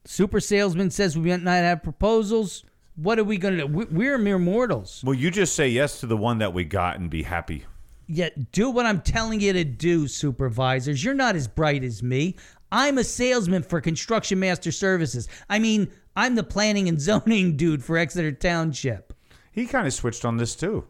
S2: Super salesman says we might not have proposals. What are we going to do? We- We're mere mortals.
S3: Well, you just say yes to the one that we got and be happy.
S2: Yet do what I'm telling you to do, supervisors. You're not as bright as me. I'm a salesman for Construction Master Services. I mean, I'm the planning and zoning dude for Exeter Township.
S3: He kind of switched on this too.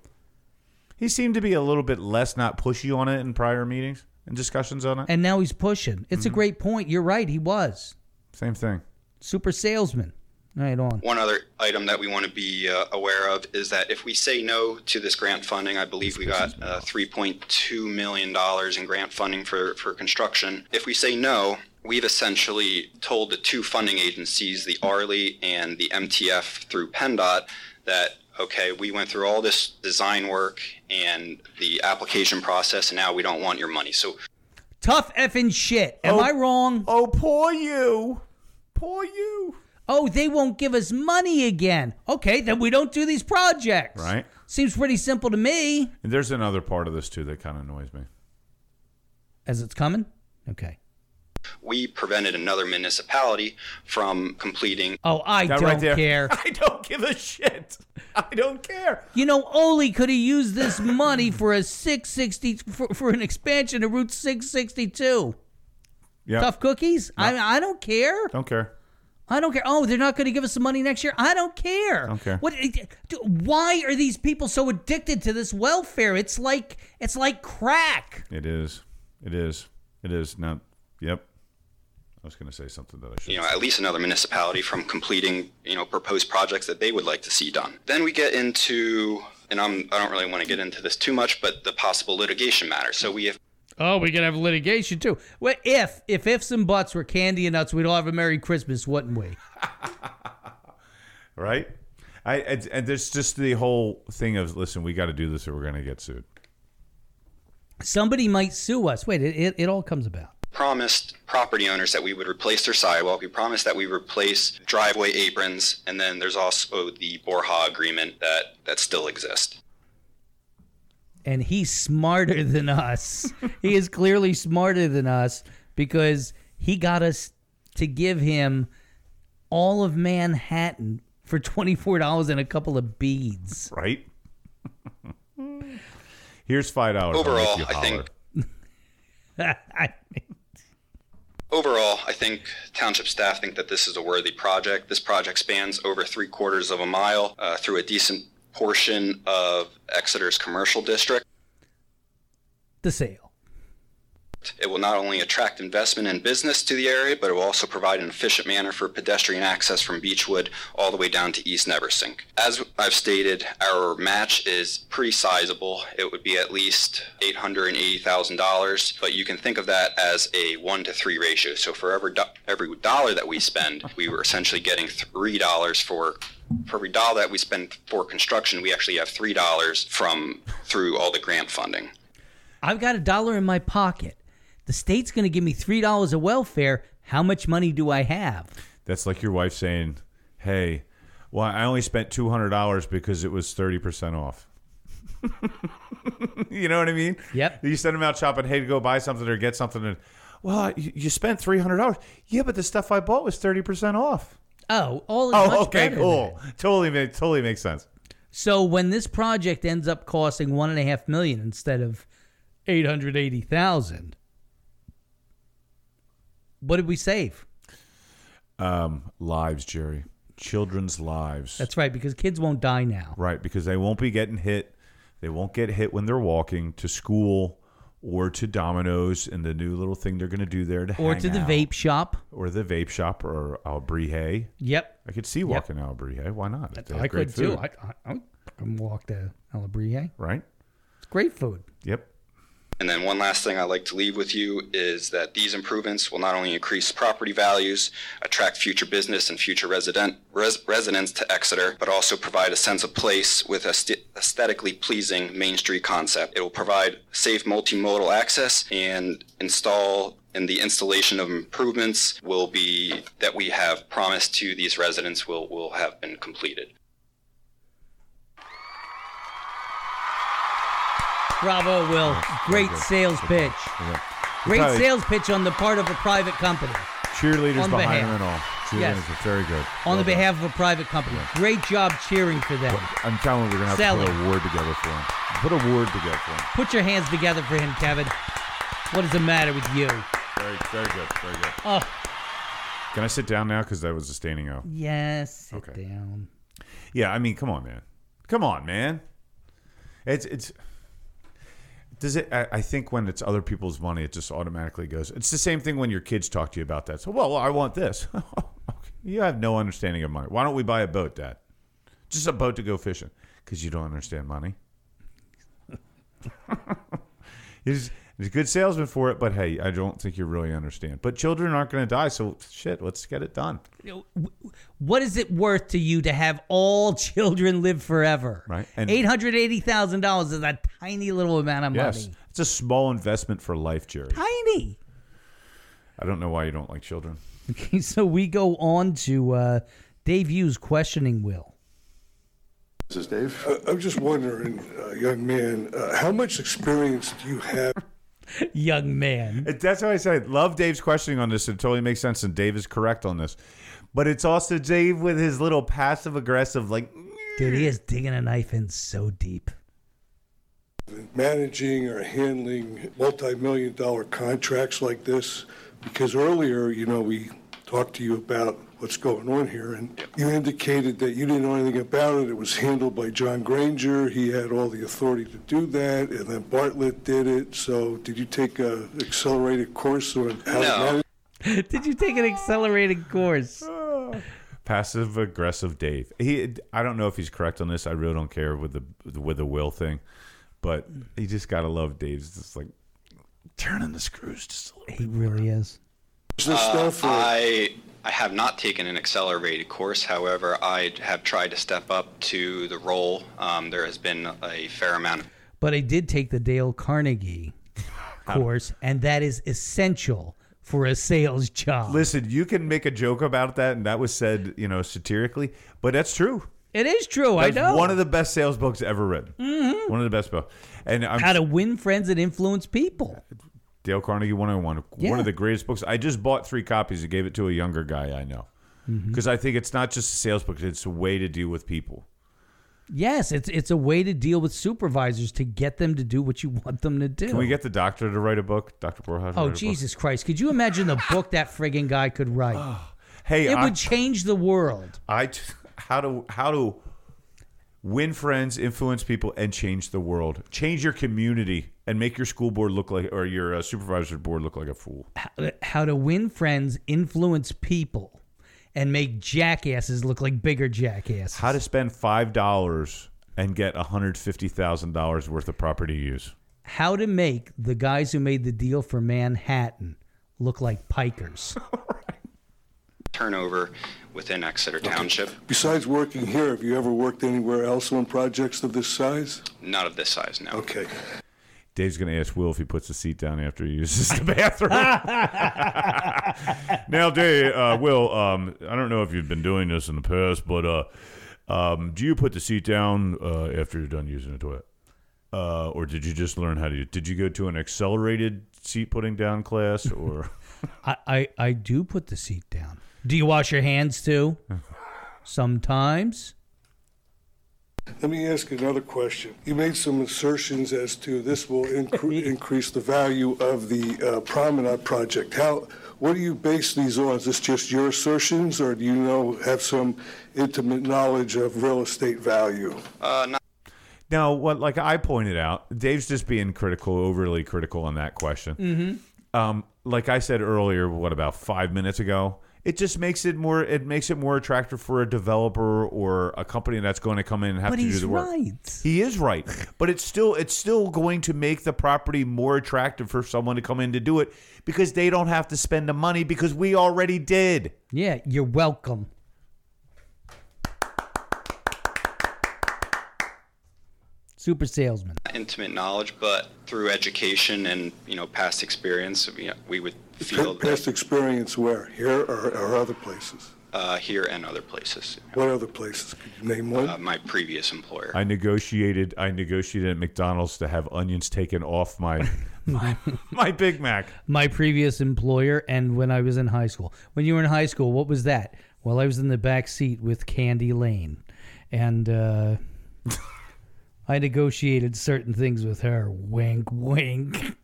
S3: He seemed to be a little bit less not pushy on it in prior meetings and discussions on it.
S2: And now he's pushing. It's a great point. You're right. He was.
S3: Same thing.
S2: Super salesman. Right on.
S12: One other item that we want to be uh, aware of is that if we say no to this grant funding, I believe we got uh, $3.2 million in grant funding for, for construction. If we say no, we've essentially told the two funding agencies, the ARLI and the MTF through PennDOT, that, okay, we went through all this design work and the application process, and now we don't want your money. So
S2: Tough effing shit. Am I wrong?
S3: Oh, poor you. Poor you.
S2: Oh, they won't give us money again. Okay, then we don't do these projects.
S3: Right.
S2: Seems pretty simple to me.
S3: And there's another part of this too that kind of annoys me.
S2: As it's coming? Okay.
S12: we prevented another municipality from completing.
S2: Oh, I That right don't there. care.
S3: I don't give a shit. I don't care.
S2: You know, Ole could have used this money for a 660 for, for an expansion of Route 662.
S3: Yeah.
S2: Tough cookies? I I don't care.
S3: Don't care.
S2: I don't care. Oh, they're not going to give us some money next year. I don't care.
S3: Don't care.
S2: What? do- Why are these people so addicted to this welfare? It's like it's like crack.
S3: It is. It is. It is. Now, yep. I was going to say something that I should.
S12: you know, at least another municipality from completing, you know, proposed projects that they would like to see done. Then we get into, and I'm, I don't really want to get into this too much, but the possible litigation matter. So we have
S2: Oh, we could have litigation too. Well, if if ifs and buts were candy and nuts, we'd all have a merry Christmas, wouldn't we?
S3: right? I and, and there's just the whole thing of listen, we got to do this or we're going to get sued.
S2: Somebody might sue us. Wait, it, it, it all comes about.
S12: promised property owners that we would replace their sidewalk. We promised that we replace driveway aprons, and then there's also the Borja agreement that that still exists.
S2: and he's smarter than us. he is clearly smarter than us because he got us to give him all of Manhattan for $24 and a couple of beads.
S3: Right? Here's five dollars. I'll
S12: Overall,
S3: make you
S12: I think-
S2: I-
S12: Overall, I think township staff think that this is a worthy project. This project spans over three quarters of a mile uh, through a decent portion of Exeter's commercial district.
S2: The sale.
S12: It will not only attract investment and business to the area, but it will also provide an efficient manner for pedestrian access from Beechwood all the way down to East Neversink. As I've stated, our match is pretty sizable. It would be at least $880,000, but you can think of that as a 1 to 3 ratio. So for every, do- every dollar that we spend, we were essentially getting $3 for for every dollar that we spend for construction, we actually have three dollars from through all the grant funding.
S2: I've got a dollar in my pocket. The state's going to give me three dollars of welfare. How much money do I have?
S3: That's like your wife saying, "Hey, well, I only spent two hundred dollars because it was thirty percent off." you know what I mean? Yep. You send them out shopping. Hey, to go buy something or get something, and well, you, you spent three hundred dollars. Yeah, but the stuff I bought was thirty percent off.
S2: Oh, all is
S3: oh,
S2: much
S3: okay,
S2: better
S3: cool. Totally, ma- totally makes sense.
S2: So when this project ends up costing one and a half million instead of eight hundred eighty thousand, what did we save?
S3: Um, lives, Jerry. Children's lives.
S2: That's right, because kids won't die now.
S3: Right, because they won't be getting hit. They won't get hit when they're walking to school or to Domino's and the new little thing they're going to do there to
S2: or
S3: hang
S2: to the
S3: out.
S2: vape shop.
S3: or the vape shop or Albrehe.
S2: Yep.
S3: I could see walking to Albrehe. Why not? They have
S2: I
S3: great
S2: could too.
S3: food,
S2: I, I, I would fucking walk to Alabrie.
S3: right?
S2: It's great food.
S3: Yep.
S12: And then one last thing I'd like to leave with you is that these improvements will not only increase property values, attract future business and future resident res, residents to Exeter, but also provide a sense of place with a st- aesthetically pleasing Main Street concept. It will provide safe multimodal access and install and the installation of improvements will be that we have promised to these residents will, will have been completed.
S2: Bravo, Will. Great sales pitch.
S3: Yeah.
S2: Great
S3: Probably
S2: sales pitch on the part of a private company.
S3: Cheerleaders
S2: On
S3: behind
S2: behalf-
S3: them and all. Cheerleaders,
S2: Yes.
S3: it's very good.
S2: On
S3: Well
S2: the
S3: done.
S2: behalf of a private company. Great job cheering for them.
S3: I'm telling you, we're gonna have to
S2: Selling.
S3: put a word together for him. Put a word together for him.
S2: Put your hands together for him, Kevin. What is the matter with you?
S3: Very, very good. Very good.
S2: Oh,
S3: Can I sit down now? Because that was a standing O.
S2: yes. Sit down.
S3: Yeah, I mean, come on, man. Come on, man. It's it's. Does it? I, I think when it's other people's money, it just automatically goes. It's the same thing when your kids talk to you about that. So, well, I want this. you have no understanding of money. Why don't we buy a boat, Dad? Just a boat to go fishing because you don't understand money. He's, he's a good salesman for it, but hey, I don't think you really understand. But children aren't going to die, so shit, let's get it done.
S2: What is it worth to you to have all children live forever?
S3: Right. And-
S2: Eight hundred eighty thousand dollars is a tiny little amount of
S3: Yes,
S2: money.
S3: it's a small investment for life, Jerry.
S2: Tiny.
S3: I don't know why you don't like children.
S2: Okay, so we go on to uh, Dave Hughes questioning Will.
S13: This is Dave. I, I'm just wondering, uh, young man, uh, how much experience do you have?
S2: Young man.
S3: That's why I said love Dave's questioning on this. It totally makes sense, and Dave is correct on this. But it's also Dave with his little passive aggressive, like
S2: Dude, he is digging a knife in so deep.
S13: managing or handling multi-million dollar contracts like this? Because earlier, you know, we talked to you about what's going on here, and you indicated that you didn't know anything about it. It was handled by John Granger. He had all the authority to do that, and then Bartlett did it. So did you take a accelerated course on how to manage?
S2: Did you take an accelerated course?
S3: passive aggressive Dave. He, I don't know if he's correct on this. I really don't care with the with the will thing, but you just gotta love Dave's. It's like turning the screws just a little.
S2: He really is.
S12: Uh, I I have not taken an accelerated course. However, I have tried to step up to the role. Um, there has been a fair amount of
S2: But I did take the Dale Carnegie course, and that is essential for a sales job.
S3: Listen, you can make a joke about that, and that was said, you know, satirically, but that's true.
S2: It is true.
S3: That's
S2: I know.
S3: One of the best sales books ever written. Mm-hmm. One of the best books. And I'm,
S2: How to win friends and influence people.
S3: Dale Carnegie 101, one
S2: Yeah.
S3: of the greatest books. I just bought three copies and gave it to a younger guy I know.
S2: Mhm.
S3: Because I think it's not just a sales book, it's a way to deal with people.
S2: Yes, it's it's a way to deal with supervisors to get them to do what you want them to do.
S3: Can we get the doctor to write a book? Dr. Borja?
S2: oh Jesus Christ! Could you imagine the book that friggin' guy could
S3: Oh,
S2: write?
S3: Hey,
S2: it
S3: I-
S2: would change the world.
S3: I t- how to how to win friends, influence people, and change the world. Change your community and make your school board look like, or your uh, supervisor board look like a fool.
S2: How to win friends, influence people, and make jackasses look like bigger jackasses.
S3: How to spend five dollars and get hundred fifty thousand dollars worth of property use.
S2: How to make the guys who made the deal for Manhattan look like pikers.
S12: turnover within Exeter Township,
S13: Besides working here, have you ever worked anywhere else on projects of this size?
S12: not of this size, no.
S13: Okay.
S3: Dave's gonna ask Will if he puts the seat down after he uses the bathroom. now, Dave, uh, Will, um, I don't know if you've been doing this in the past, but uh, um, do you put the seat down uh, after you're done using the toilet, uh, or did you just learn how to? Did you go to an accelerated seat putting down class, or
S2: I, I, I do put the seat down. Do you wash your hands too? Sometimes.
S13: Let me ask you another question. You made some assertions as to this will incre- increase the value of the uh, Promenade project. How, what do you base these on? Is this just your assertions, or do you know, have some intimate knowledge of real estate value?
S12: Uh, not
S3: Now, what like I pointed out, Dave's just being critical, overly critical on that question. Mm-hmm. Um, like I said earlier, what about five minutes ago? It just makes it more. It makes it more attractive for a developer or a company that's going to come in and have
S2: But
S3: to do
S2: he's
S3: the work.
S2: right.
S3: He is right, but it's still it's still going to make the property more attractive for someone to come in to do it because they don't have to spend the money because we already did.
S2: Yeah, you're welcome. Super salesman.
S12: intimate knowledge, but through education and you know past experience, we, we would feel that
S13: Past experience where? Here or, or other places?
S12: uh, here and other places.
S13: What other places? Could you name one?
S12: Uh, my previous employer.
S3: I negotiated. I negotiated at McDonald's to have onions taken off my
S2: My,
S3: my Big Mac.
S2: my previous employer and when I was in high school. When you were in high school, what was that? Well, I was in the back seat with Candy Lane, and uh, I negotiated certain things with her. Wink, wink.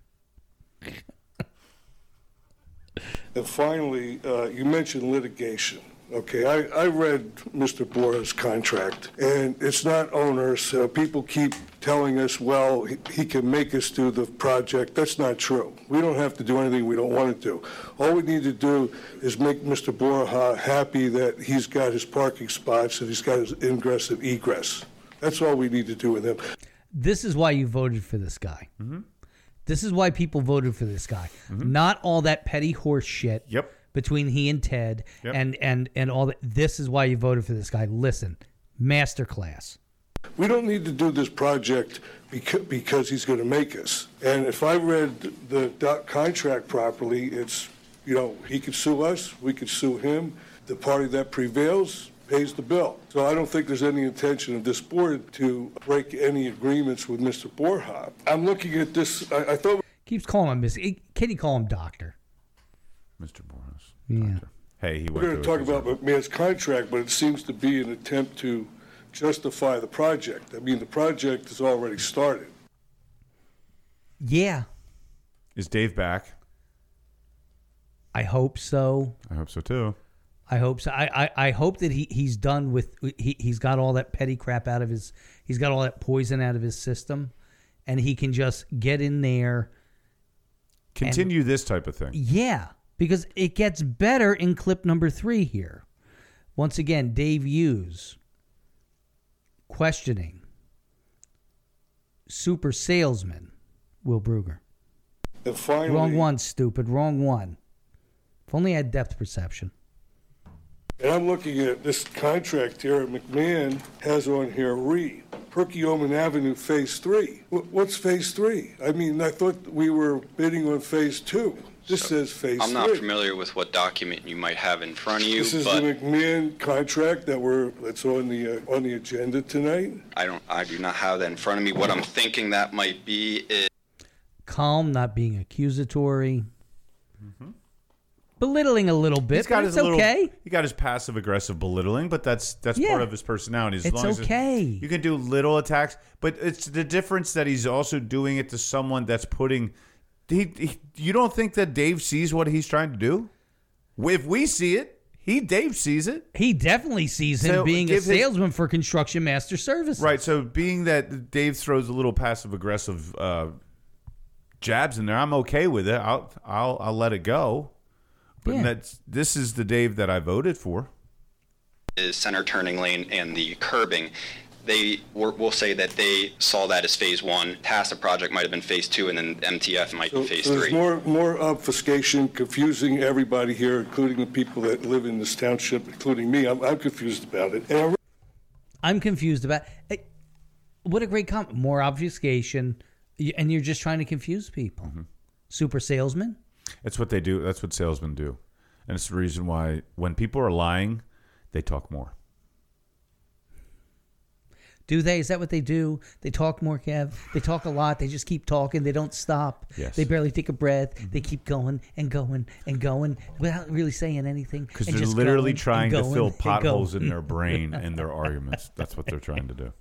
S13: And finally, uh, you mentioned litigation. Okay, I, I read Mr. Bora's contract, and it's not onerous. Uh, people keep telling us, well, he, he can make us do the project. That's not true. We don't have to do anything we don't want to do. All we need to do is make Mr. Bora ha- happy that he's got his parking spots and he's got his ingress and egress. That's all we need to do with him.
S2: This is why you voted for this guy. This is why people voted for this guy. Not all that petty horse shit.
S3: Yep.
S2: Between he and Ted
S13: Yep.
S2: and and and all that. This is why you voted for this guy. Listen, masterclass.
S13: We don't need to do this project becau- because he's going to make us. And if I read the doc contract properly, it's, you know, he could sue us, we could sue him. The party that prevails pays the bill. So I don't think there's any intention of this board to break any agreements with Mr. Borja. I'm looking at this, I, I thought
S2: Keeps calling him Miss. Can you call him Doctor?
S3: Mr. Boros.
S2: Yeah.
S3: Hey, he went
S13: we're going to
S3: to
S13: talk about McMahon's contract, but it seems to be an attempt to justify the project. I mean, the project is already started.
S2: Yeah.
S3: Is Dave back?
S2: I hope so.
S3: I hope so too.
S2: I hope so. I, I, I hope that he, he's done with he, he's got all that petty crap out of his he's got all that poison out of his system and he can just get in there
S3: Continue this type of thing.
S2: Yeah, because it gets better in clip number three here. Once again, Dave Hughes questioning super salesman Will Bruger.
S13: And finally,
S2: Wrong one, stupid. Wrong one. If only I had depth perception.
S13: And I'm looking at this contract here, McMahon has on here re, Perkiomen Avenue Phase Three. Wh- What's Phase Three? I mean, I thought we were bidding on Phase Two. This says Phase
S12: I'm not
S13: Three.
S12: familiar with what document you might have in front of you,
S13: This is the
S12: but
S13: McMahon contract that we're, that's on the, uh, on the agenda tonight.
S12: I don't. I do not have that in front of me. What I'm thinking that might be is
S2: Calm, not being accusatory. Belittling a little bit, but it's
S3: little-
S2: okay.
S3: He got Mm-hmm. his passive aggressive belittling, but that's that's
S2: Yeah.
S3: part of his personality. As
S2: It's
S3: long as
S2: okay.
S3: you can do little attacks, but it's the difference that he's also doing it to someone that's putting. He, he, you don't think that Dave sees what he's trying to do? If we see it,
S14: He Dave sees it.
S2: He definitely sees him being a salesman for construction master services.
S14: Right. So being that Dave throws a little passive aggressive uh, jabs in there, I'm okay with it. I'll I'll I'll let it go. But
S12: Yeah.
S14: that's this is the Dave that I voted for.
S12: is center turning lane and the curbing. They were, will say that they saw that as phase one. Tassa project might have been phase two, and then MTF might be phase
S13: There's
S12: three.
S13: more, more obfuscation, confusing everybody here, including the people that live in this township, including me. I'm, I'm confused about it. And I
S2: I'm confused about eh, what a great comment. More obfuscation, y- and you're just trying to confuse people.
S3: Mm-hmm.
S2: Super salesman.
S3: That's what they do. That's what salesmen do, and it's the reason why when people are lying, they talk more.
S2: Do they? Is that what they do? They talk more, Kev. They talk a lot. They just keep talking. They don't stop.
S3: Yes. Mm-hmm.
S2: They barely take a breath. They keep going and going and going without really saying anything.
S3: Because
S2: and
S3: they're
S2: just going
S3: literally
S2: and
S3: trying to
S2: going
S3: fill
S2: and going.
S3: potholes in their brain and their arguments. That's what they're trying to do.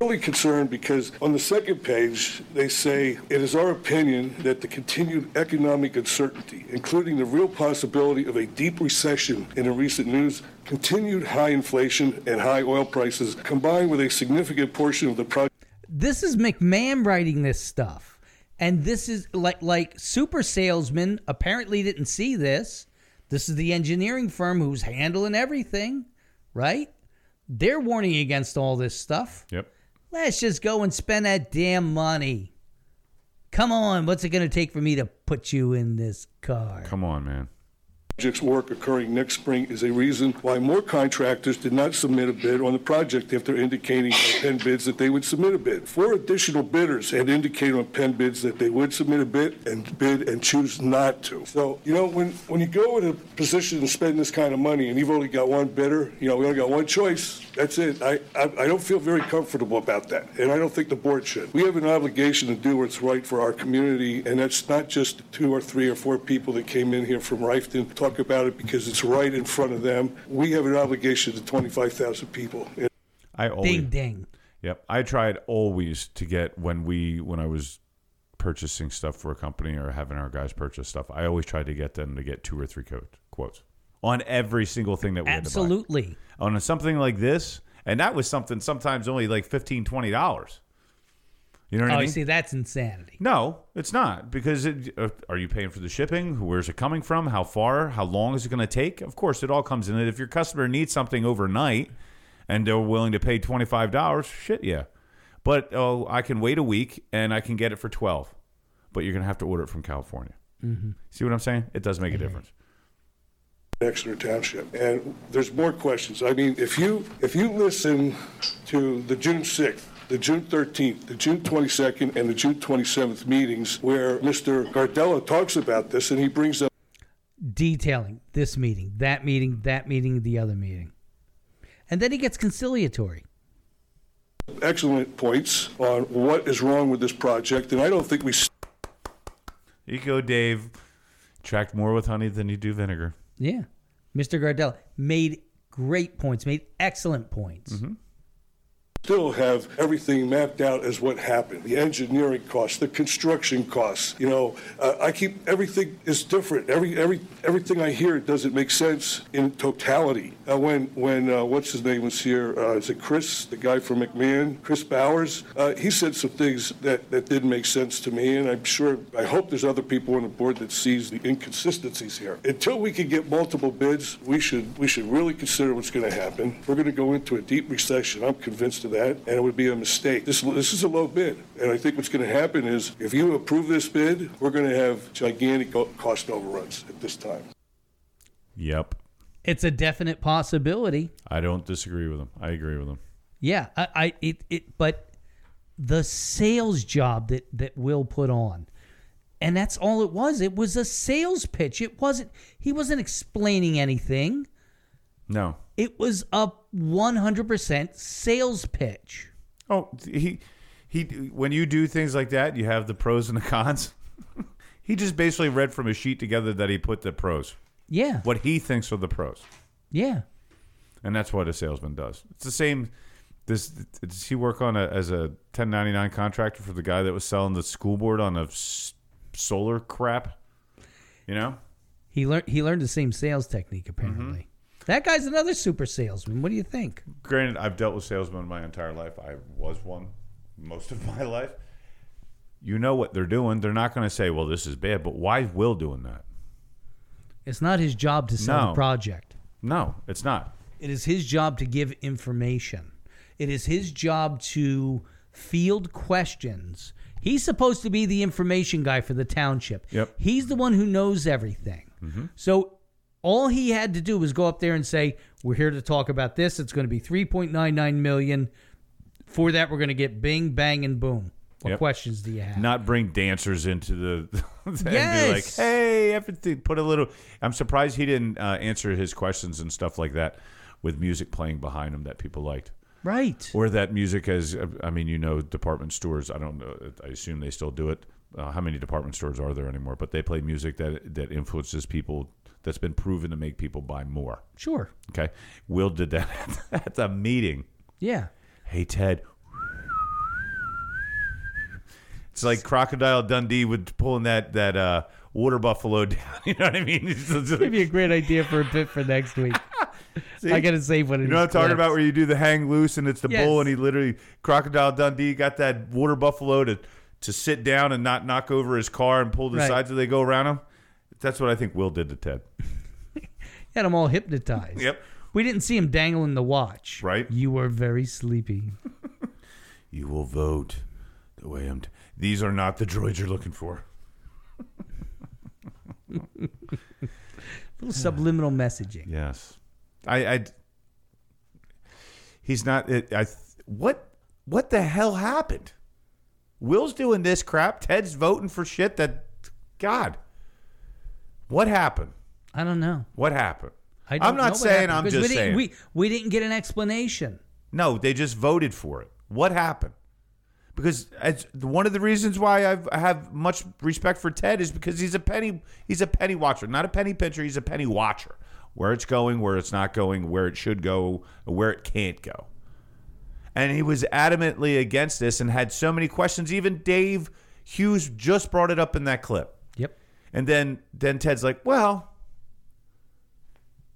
S13: really concerned because on the second page, they say, "It is our opinion that the continued economic uncertainty, including the real possibility of a deep recession in the recent news, continued high inflation and high oil prices, combined with a significant portion of the project
S2: This is McMahon writing this stuff, and this is like like super salesman. Apparently didn't see this. This is the engineering firm who's handling everything, right? They're warning against all this stuff.
S3: Yep.
S2: Let's just go and spend that damn money. Come on, what's it going to take for me to put you in this car?
S3: Come on, man.
S13: project's work occurring next spring is a reason why more contractors did not submit a bid on the project after indicating on pen bids that they would submit a bid. Four additional bidders had indicated on pen bids that they would submit a bid and bid and choose not to. So, you know, when, when you go in a position to spend this kind of money and you've only got one bidder, you know, we only got one choice, that's it. I, I, I don't feel very comfortable about that, and I don't think the board should. We have an obligation to do what's right for our community, and that's not just the two or three or four people that came in here from Rifton to talk about it because it's right in front of them. We have an obligation to 25,000 people.
S3: I always
S13: Ding,
S2: ding.
S3: Yep. I tried always to get when we when I was purchasing stuff for a company or having our guys purchase stuff. I always tried to get them to get two or three quote, quotes on every single thing that we
S2: Absolutely.
S3: had to buy. on something like this, and that was something sometimes only like 15 dollars. You know what
S2: oh,
S3: I
S2: you
S3: mean?
S2: see, that's insanity.
S3: No, it's not because it, uh, are you paying for the shipping? Where's it coming from? How far? How long is it going to take? Of course, it all comes in. it. If your customer needs something overnight and they're willing to pay twenty five dollars, shit, yeah. But oh, I can wait a week and I can get it for twelve. But you're going to have to order it from California.
S13: Mhm.
S3: See what I'm saying? It does make a difference.
S13: Exeter Township. And there's more questions. I mean, if you, if you listen to the June 6th, the June 13th, the June 22nd, and the June 27th meetings where Mr. Gardella talks about this and he brings up
S2: Detailing this meeting, that meeting, that meeting, the other meeting. And then he gets conciliatory.
S13: excellent points on what is wrong with this project, and I don't think we
S3: Eco Dave tracked more with honey than you do vinegar.
S2: Yeah. Mr. Gardella made great points, made excellent points.
S13: still have everything mapped out as what happened the engineering costs the construction costs you know uh, i keep everything is different every every everything i hear doesn't make sense in totality uh, when when uh, what's his name was here uh, is it chris the guy from mcmahon chris bowers uh, he said some things that that didn't make sense to me and i'm sure i hope there's other people on the board that sees the inconsistencies here until we can get multiple bids we should we should really consider what's going to happen we're going to go into a deep recession i'm convinced of that and it would be a mistake this this is a low bid and i think what's going to happen is if you approve this bid we're going to have gigantic o- cost overruns at this time
S3: Yep,
S2: It's a definite possibility.
S3: I don't disagree with him. I agree with him.
S2: Yeah, I, I it, it but the sales job that that Will put on, and that's all it was. It was a sales pitch. It wasn't. He wasn't explaining anything.
S3: No,
S2: It was a one hundred percent sales pitch.
S3: Oh, he he. When you do things like that, you have the pros and the cons. he just basically read from a sheet together that he put the pros.
S2: Yeah.
S3: What he thinks are the pros,
S2: Yeah.
S3: and that's what a salesman does. It's the same. This does he work on a, as a 1099 contractor for the guy that was selling the school board on a s- solar crap? You know.
S2: He learned he learned the same sales technique apparently.
S3: Mm-hmm.
S2: That guy's another super salesman. What do you think?
S3: Granted, I've dealt with salesmen my entire life. I was one most of my life. You know what they're doing. They're not going to say, "Well, this is bad," but why is Will doing that?
S2: It's not his job to sell
S3: No.
S2: the project.
S3: No, it's not.
S2: It is his job to give information. It is his job to field questions. He's supposed to be the information guy for the township.
S3: Yep. Mm-hmm.
S2: He's the one who knows everything. So all he had to do was go up there and say, "We're here to talk about this. It's going to be 3.99 million. For that, we're going to get bing, bang, and boom." What
S3: Yep.
S2: questions do you have?
S3: Not bring dancers into the and be like,
S2: Yes.
S3: "Hey, everything." Put a little. I'm surprised he didn't uh, answer his questions and stuff like that with music playing behind him that people liked.
S2: Right.
S3: Or that music as I mean, you know, department stores. I don't know. I assume they still do it. Uh, how many department stores are there anymore? But they play music that that influences people. That's been proven to make people buy more.
S2: Sure.
S3: Okay. Will did that at the meeting.
S2: Yeah.
S3: Hey Ted. It's like Crocodile Dundee would pulling that that uh, water buffalo down. You know what I mean? It's just like-
S2: Maybe a great idea for a bit for next week.
S3: See?
S2: I got to save one.
S3: You
S2: of
S3: know what I'm
S2: these
S3: talking
S2: clips.
S3: about? Where you do the hang loose and it's the
S2: Yes.
S3: bull, and he literally crocodile Dundee got that water buffalo to to sit down and not knock over his car and pull the
S2: Right.
S3: sides as they go around him. That's what I think Will did to Ted.
S2: Had them all hypnotized.
S3: Yep.
S2: We didn't see him dangling the watch.
S3: Right.
S2: You were very sleepy.
S3: You will vote the way I'm. T- These are not the droids you're looking for.
S2: little subliminal messaging.
S3: Yes, I. I he's not. It, I. What? What the hell happened? Will's doing this crap. Ted's voting for shit that. God. What happened?
S2: I don't know.
S3: What happened?
S2: I don't
S3: I'm
S2: know
S3: not
S2: what
S3: saying.
S2: happened,
S3: I'm
S2: because
S3: just
S2: we didn't-
S3: saying.
S2: We, we didn't get an explanation.
S3: No, they just voted for it. What happened? Because it's one of the reasons why I've, I have much respect for Ted is because he's a penny he's a penny watcher, not a penny pitcher. He's a penny watcher. Where it's going, where it's not going, where it should go, where it can't go. And he was adamantly against this and had so many questions. Even Dave Hughes just brought it up in that clip.
S2: Yep.
S3: And then then Ted's like, well,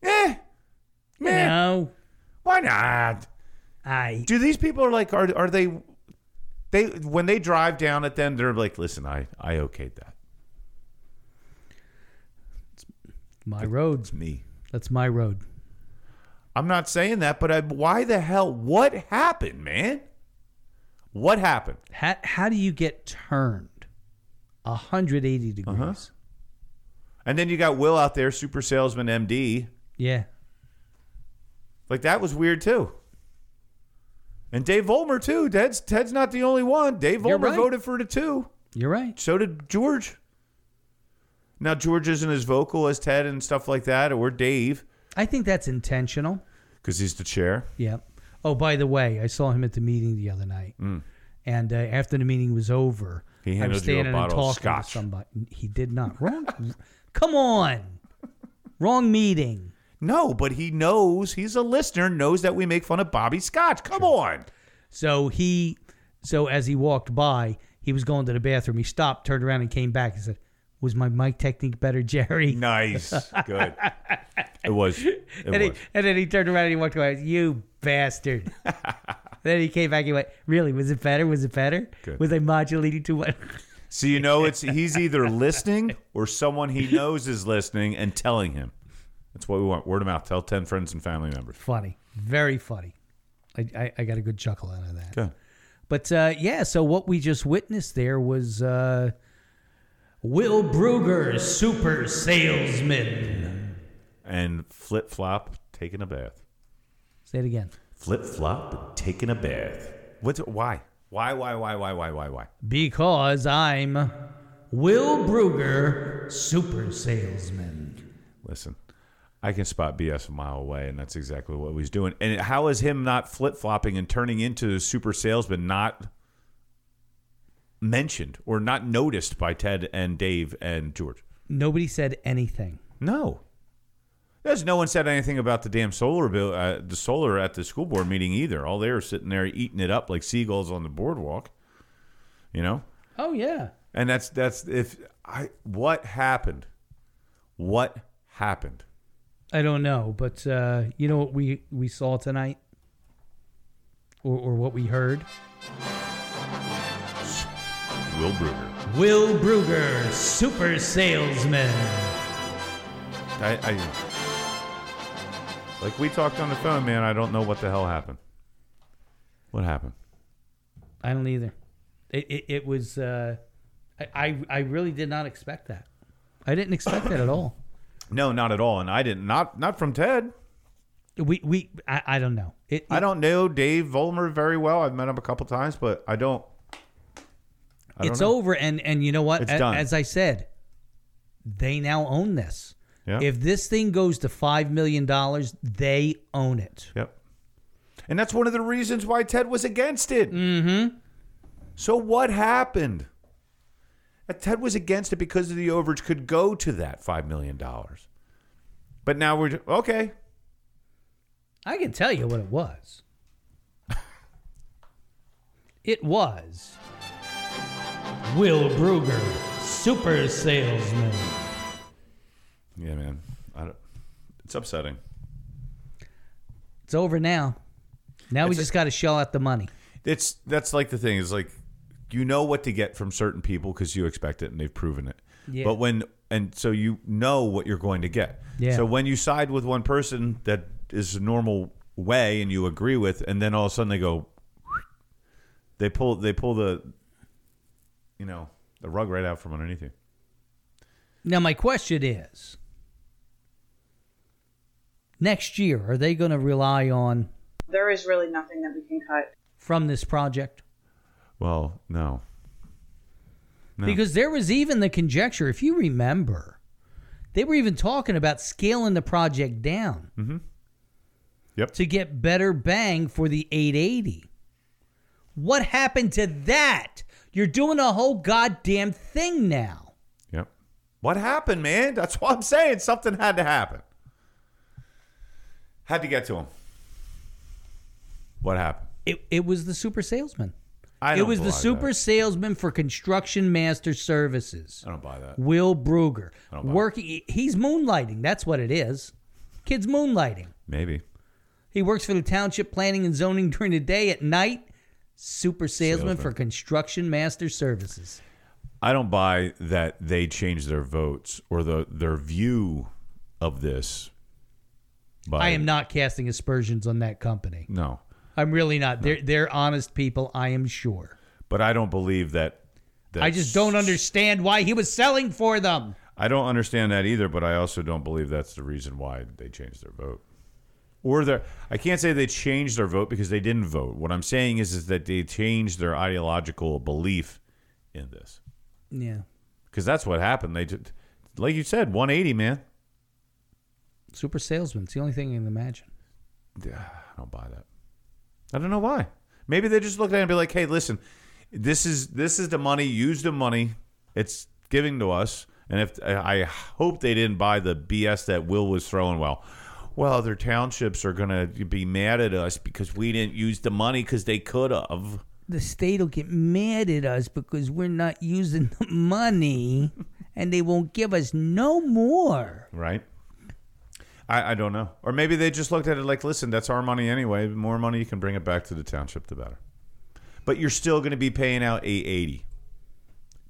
S3: eh,
S2: You
S3: eh,
S2: know,
S3: why not?
S2: I
S3: do these people are like are are they they when they drive down at them they're like listen I I okayed that
S2: my road.
S3: me
S2: That's my road.
S3: I'm not saying that but I, why the hell what happened man what happened
S2: How, how do you get turned 180 degrees?
S3: Uh-huh. and then you got Will out there super salesman MD
S2: Yeah.
S3: like that was weird too and Dave Volmer too Ted's Ted's not the only one Dave
S2: You're
S3: Volmer
S2: right.
S3: voted for the two
S2: You're right.
S3: So did George. Now George isn't as vocal as Ted and stuff like that, or Dave,
S2: I think that's intentional.
S3: because he's the chair.
S2: Yeah. Oh, by the way, I saw him at the meeting the other night. And uh, after the meeting was over,
S3: Mm. He
S2: I was
S3: handed you a
S2: standing and
S3: bottle
S2: talking
S3: of
S2: to
S3: scotch.
S2: somebody. He did not. Wrong. Come on. Wrong meeting.
S3: No, but he knows he's a listener. Knows that we make fun of Bobby Scotch. Come on.
S2: So he, so as he walked by, he was going to the bathroom. He stopped, turned around, and came back and said, "Was my mic technique better, Jerry?"
S3: Nice. Good. It was. It
S2: and, he,
S3: was.
S2: and then he turned around and he walked away. You bastard. then he came back and went, Really? Was it better? Was it better?
S3: Good.
S2: Was I modulating too much?
S3: So you know it's he's either listening or someone he knows is listening and telling him. That's what we want. Word of mouth. Tell ten friends and family members.
S2: funny. Very funny. I, I, I got a good chuckle out of that.
S3: Good.
S2: But uh, yeah, so what we just witnessed there was uh, Will Bruger, super salesman.
S3: And flip flop taking a bath.
S2: Say it again.
S3: Flip flop taking a bath. What's why? Why? Why? Why? Why? Why? Why? Why?
S2: Because I'm Will Bruger, super salesman.
S3: Listen, I can spot BS a mile away, and that's exactly what he's doing. And how is him not flip flopping and turning into a super salesman not mentioned or not noticed by Ted and Dave and George?
S2: Nobody said anything.
S3: No. There's no one said anything about the damn solar bill, uh, the solar at the school board meeting either. All they were sitting there eating it up like seagulls on the boardwalk. You know,
S2: Oh, yeah.
S3: and that's that's if I what happened, what happened?
S2: I don't know, but uh, you know what we we saw tonight, or or what we heard.
S15: Will Bruger.
S2: Will Bruger, super salesman.
S3: I, I like we talked on the phone, man. I don't know what the hell happened. What happened?
S2: I don't either. It it, it was. Uh, I, I I really did not expect that. I didn't expect that at all.
S3: No, not at all. And I didn't not not from Ted.
S2: We we I, I don't know.
S3: I don't know Dave Vollmer very well. I've met him a couple times, but I don't. I don't
S2: it's
S3: know.
S2: over, and and you know what?
S3: It's
S2: A-
S3: done.
S2: As I said, they now own this.
S3: Yeah.
S2: If this thing goes to five million dollars, they own it.
S3: Yep. And that's one of the reasons why Ted was against it. Mm-hmm. So what happened? Uh, Ted was against it because the overage could go to that five million dollars. But now we're okay.
S2: I can tell you what it was. it was Will Bruger, super salesman.
S3: Yeah, man. I don't, it's upsetting.
S2: It's over now. Now we
S3: It's a-
S2: just got to shell out the money.
S3: It's that's like the thing is like you know what to get from certain people because you expect it and they've proven it.
S2: Yeah.
S3: But when and so you know what you're going to get.
S2: Yeah.
S3: So when you side with one person that is a normal way and you agree with, and then all of a sudden they go, they pull they pull the, you know, the rug right out from underneath you.
S2: Now my question is: Next year, are they going to rely on
S8: There is really nothing that we can cut.
S2: from this project?
S3: Well, no. No.
S2: Because there was even the conjecture, if you remember, they were even talking about scaling the project down
S3: Mm-hmm.
S2: to get better bang for the 880. What happened to that? You're doing a whole goddamn thing now.
S3: Yep. What happened, man? That's what I'm saying. Something had to happen. Had to get to him. What happened?
S2: It, it was the super salesman.
S3: I
S2: it
S3: don't
S2: was the
S3: believe
S2: super
S3: that.
S2: salesman for construction master services.
S3: I don't buy that.
S2: Will Bruger
S3: I don't buy it.
S2: working. He's moonlighting. That's what it is. Kid's moonlighting.
S3: Maybe.
S2: He works for the township planning and zoning during the day. At night, super salesman,
S3: Salesman.
S2: for construction master services.
S3: I don't buy that they changed their votes or the their view of this. by-
S2: I am not casting aspersions on that company.
S3: No.
S2: I'm really not. They're they're honest people. I am sure.
S3: But I don't believe that. that
S2: I just don't understand why he was selling for them.
S3: I don't understand that either, but I also don't believe that's the reason why they changed their vote. Or their I can't say they changed their vote because they didn't vote. What I'm saying is is that they changed their ideological belief in this.
S2: Yeah.
S3: Cuz that's what happened. They just, like you said 180, man.
S2: Super salesman. It's the only thing I can imagine.
S3: Yeah, I don't buy that. I don't know why. Maybe they just looked at it and be like, "Hey, listen, this is this is the money. Use the money. It's giving to us." And if I I hope they didn't buy the BS that Will was throwing. Well, well, other townships are gonna be mad at us because we didn't use the money because they could have.
S2: The state will get mad at us because we're not using the money, and they won't give us no more.
S3: Right. I, I don't know. Or maybe they just looked at it like, listen, that's our money anyway. The more money you can bring it back to the township, the better. But you're still going to be paying out 880.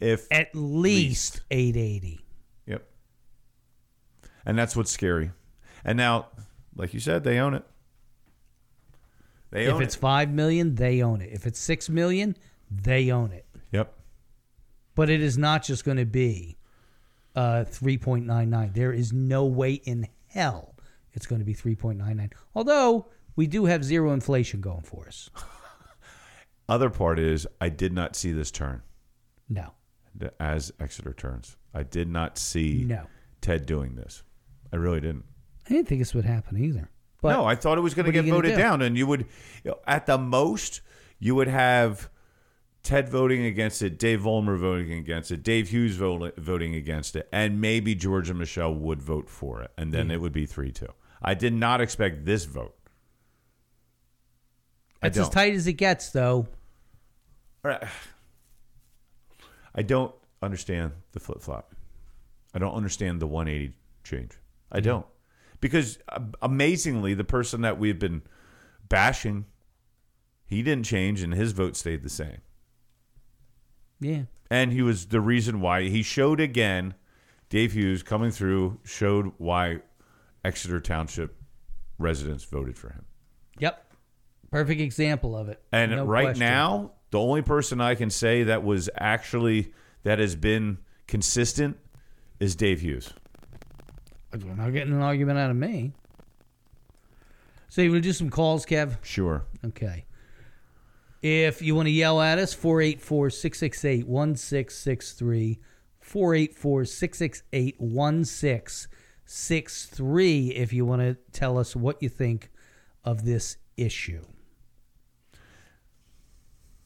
S3: If
S2: at least 880.
S3: Yep. And that's what's scary. And now, like you said, they own it. They
S2: if
S3: own
S2: it's
S3: it.
S2: five million, they own it. If it's six million, they own it.
S3: Yep.
S2: But it is not just going to be uh, three point nine nine. There is no way in hell it's going to be three point nine nine. Although we do have zero inflation going for us.
S3: Other part is I did not see this turn.
S2: No.
S3: The- As Exeter turns. I did not see
S2: No.
S3: Ted doing this. I really didn't.
S2: I didn't think this would happen either. But
S3: no, I thought it was going
S2: what
S3: to
S2: are
S3: get
S2: you gonna
S3: voted
S2: do?
S3: down, and you would, you know, at the most, you would have Ted voting against it, Dave Vollmer voting against it, Dave Hughes vo- voting against it, and maybe George and Michelle would vote for it, and then
S2: Yeah.
S3: it would be three two. I did not expect this vote. I
S2: That's as
S3: don't.
S2: tight as it gets, though.
S3: I don't understand the flip flop. I don't understand the one eighty change. I don't because uh, amazingly, the person that we've been bashing, he didn't change, and his vote stayed the same.
S2: Yeah.
S3: And he was the reason why he showed again. Dave Hughes coming through showed why Exeter Township residents voted for him.
S2: Yep. Perfect example of it.
S3: And
S2: No
S3: right
S2: question.
S3: now, the only person I can say that was actually that has been consistent is Dave Hughes.
S2: You're not getting an argument out of me. So you want to do some calls, Kev?
S3: Sure.
S2: Okay. If you want to yell at us, 484 668 1663. 484 668 1663 if you want to tell us what you think of this issue.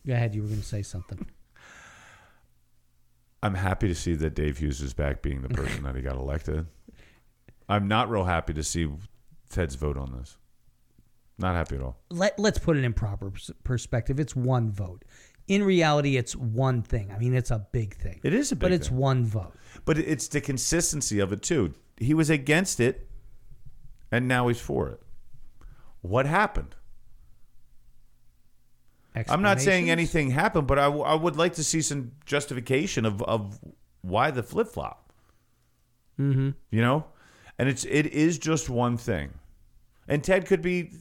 S2: Go ahead. You were going to say something.
S3: I'm happy to see that Dave Hughes is back being the person that he got elected. I'm not real happy to see Ted's vote on this. Not happy at all.
S2: let, let's put it in proper pers- perspective. It's one vote. In reality, it's one thing. I mean, it's a big thing.
S3: It is a big
S2: But it's
S3: thing.
S2: one vote.
S3: But it's the consistency of it too. He was against it, and now he's for it. What happened? I'm not
S14: Explanations?
S3: saying anything happened, but I, w- I would like to see some justification of, of why the flip flop.
S2: Mm-hmm.
S3: You know, and it's it is just one thing, and Ted could be.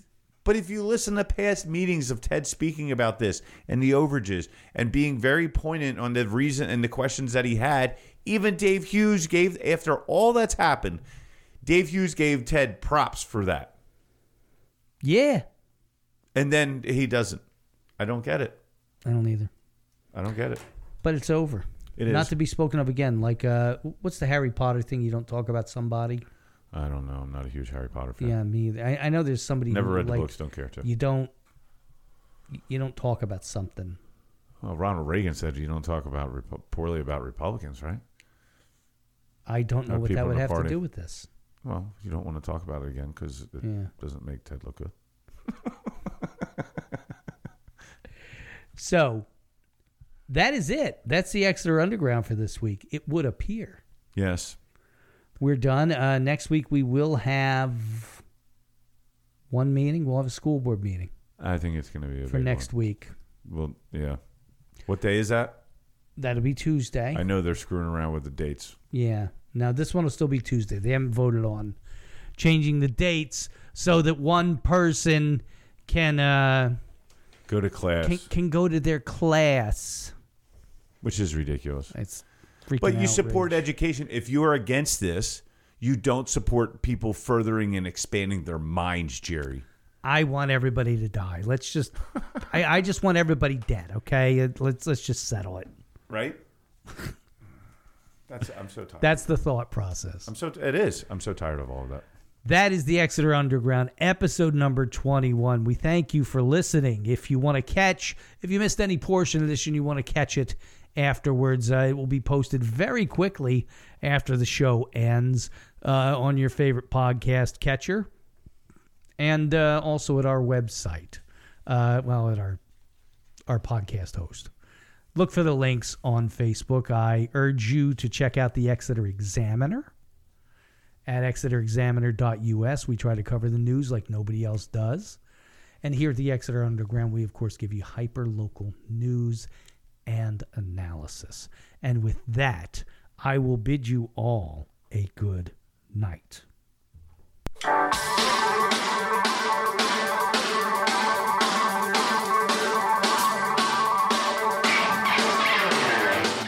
S3: But if you listen to past meetings of Ted speaking about this and the overages and being very poignant on the reason and the questions that he had, even Dave Hughes gave after all that's happened, Dave Hughes gave Ted props for that.
S2: Yeah.
S3: And then he doesn't. I don't get it.
S2: I don't either.
S3: I don't get it.
S2: But it's over.
S3: It
S2: Not
S3: is.
S2: to be spoken of again. Like, uh, what's the Harry Potter thing? You don't talk about somebody.
S3: I don't know. I'm not a huge Harry Potter fan.
S2: Yeah, me either. I, I know there's somebody.
S3: Never
S2: who,
S3: read the
S2: like,
S3: books, don't care to.
S2: You don't. You don't talk about something.
S3: Well, Oh, Ronald Reagan said you don't talk about Repu- poorly about Republicans, right?
S2: I don't know
S3: Or
S2: what that
S3: people in
S2: would
S3: the
S2: have to
S3: party.
S2: do with this.
S3: Well, you don't want to talk about it again because it
S2: Yeah.
S3: doesn't make Ted look good.
S2: So, that is it. That's the Exeter Underground for this week. It would appear.
S3: Yes.
S2: We're done. Uh, next week we will have one meeting. We'll have a school board meeting
S3: I think it's going to be a
S2: for
S3: big
S2: next week.
S3: One. Well, yeah. What day is that?
S2: That'll be Tuesday.
S3: I know they're screwing around with the dates.
S2: Yeah. Now this one will still be Tuesday. They haven't voted on changing the dates so that one person can uh,
S3: Go to class,
S2: can, can go to their class.
S3: which is ridiculous.
S2: It's
S3: but you
S2: outrage.
S3: support education. If you are against this, you don't support people furthering and expanding their minds, Jerry.
S2: I want everybody to die. Let's just. I, I just want everybody dead. Okay. It- Let's let's just settle it.
S3: Right? That's I'm so tired.
S2: That's the thought process.
S3: I'm so it is. I'm so tired of all of that.
S2: That is the Exeter Underground, episode number 21. We thank you for listening. If you want to catch, if you missed any portion of this and you want to catch it afterwards, uh, it will be posted very quickly after the show ends uh, on your favorite podcast catcher and uh, also at our website. Uh, well, at our our podcast host. Look for the links on Facebook. I urge you to check out the Exeter Examiner at exeterexaminer.us. We try to cover the news like nobody else does. And here at the Exeter Underground, we of course give you hyper local news and analysis. And with that, I will bid you all a good night.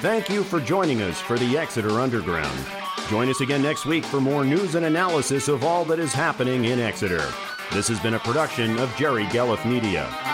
S4: Thank you for joining us for the Exeter Underground. Join us again next week for more news and analysis of all that is happening in Exeter. This has been a production of Jerry Gelliff Media.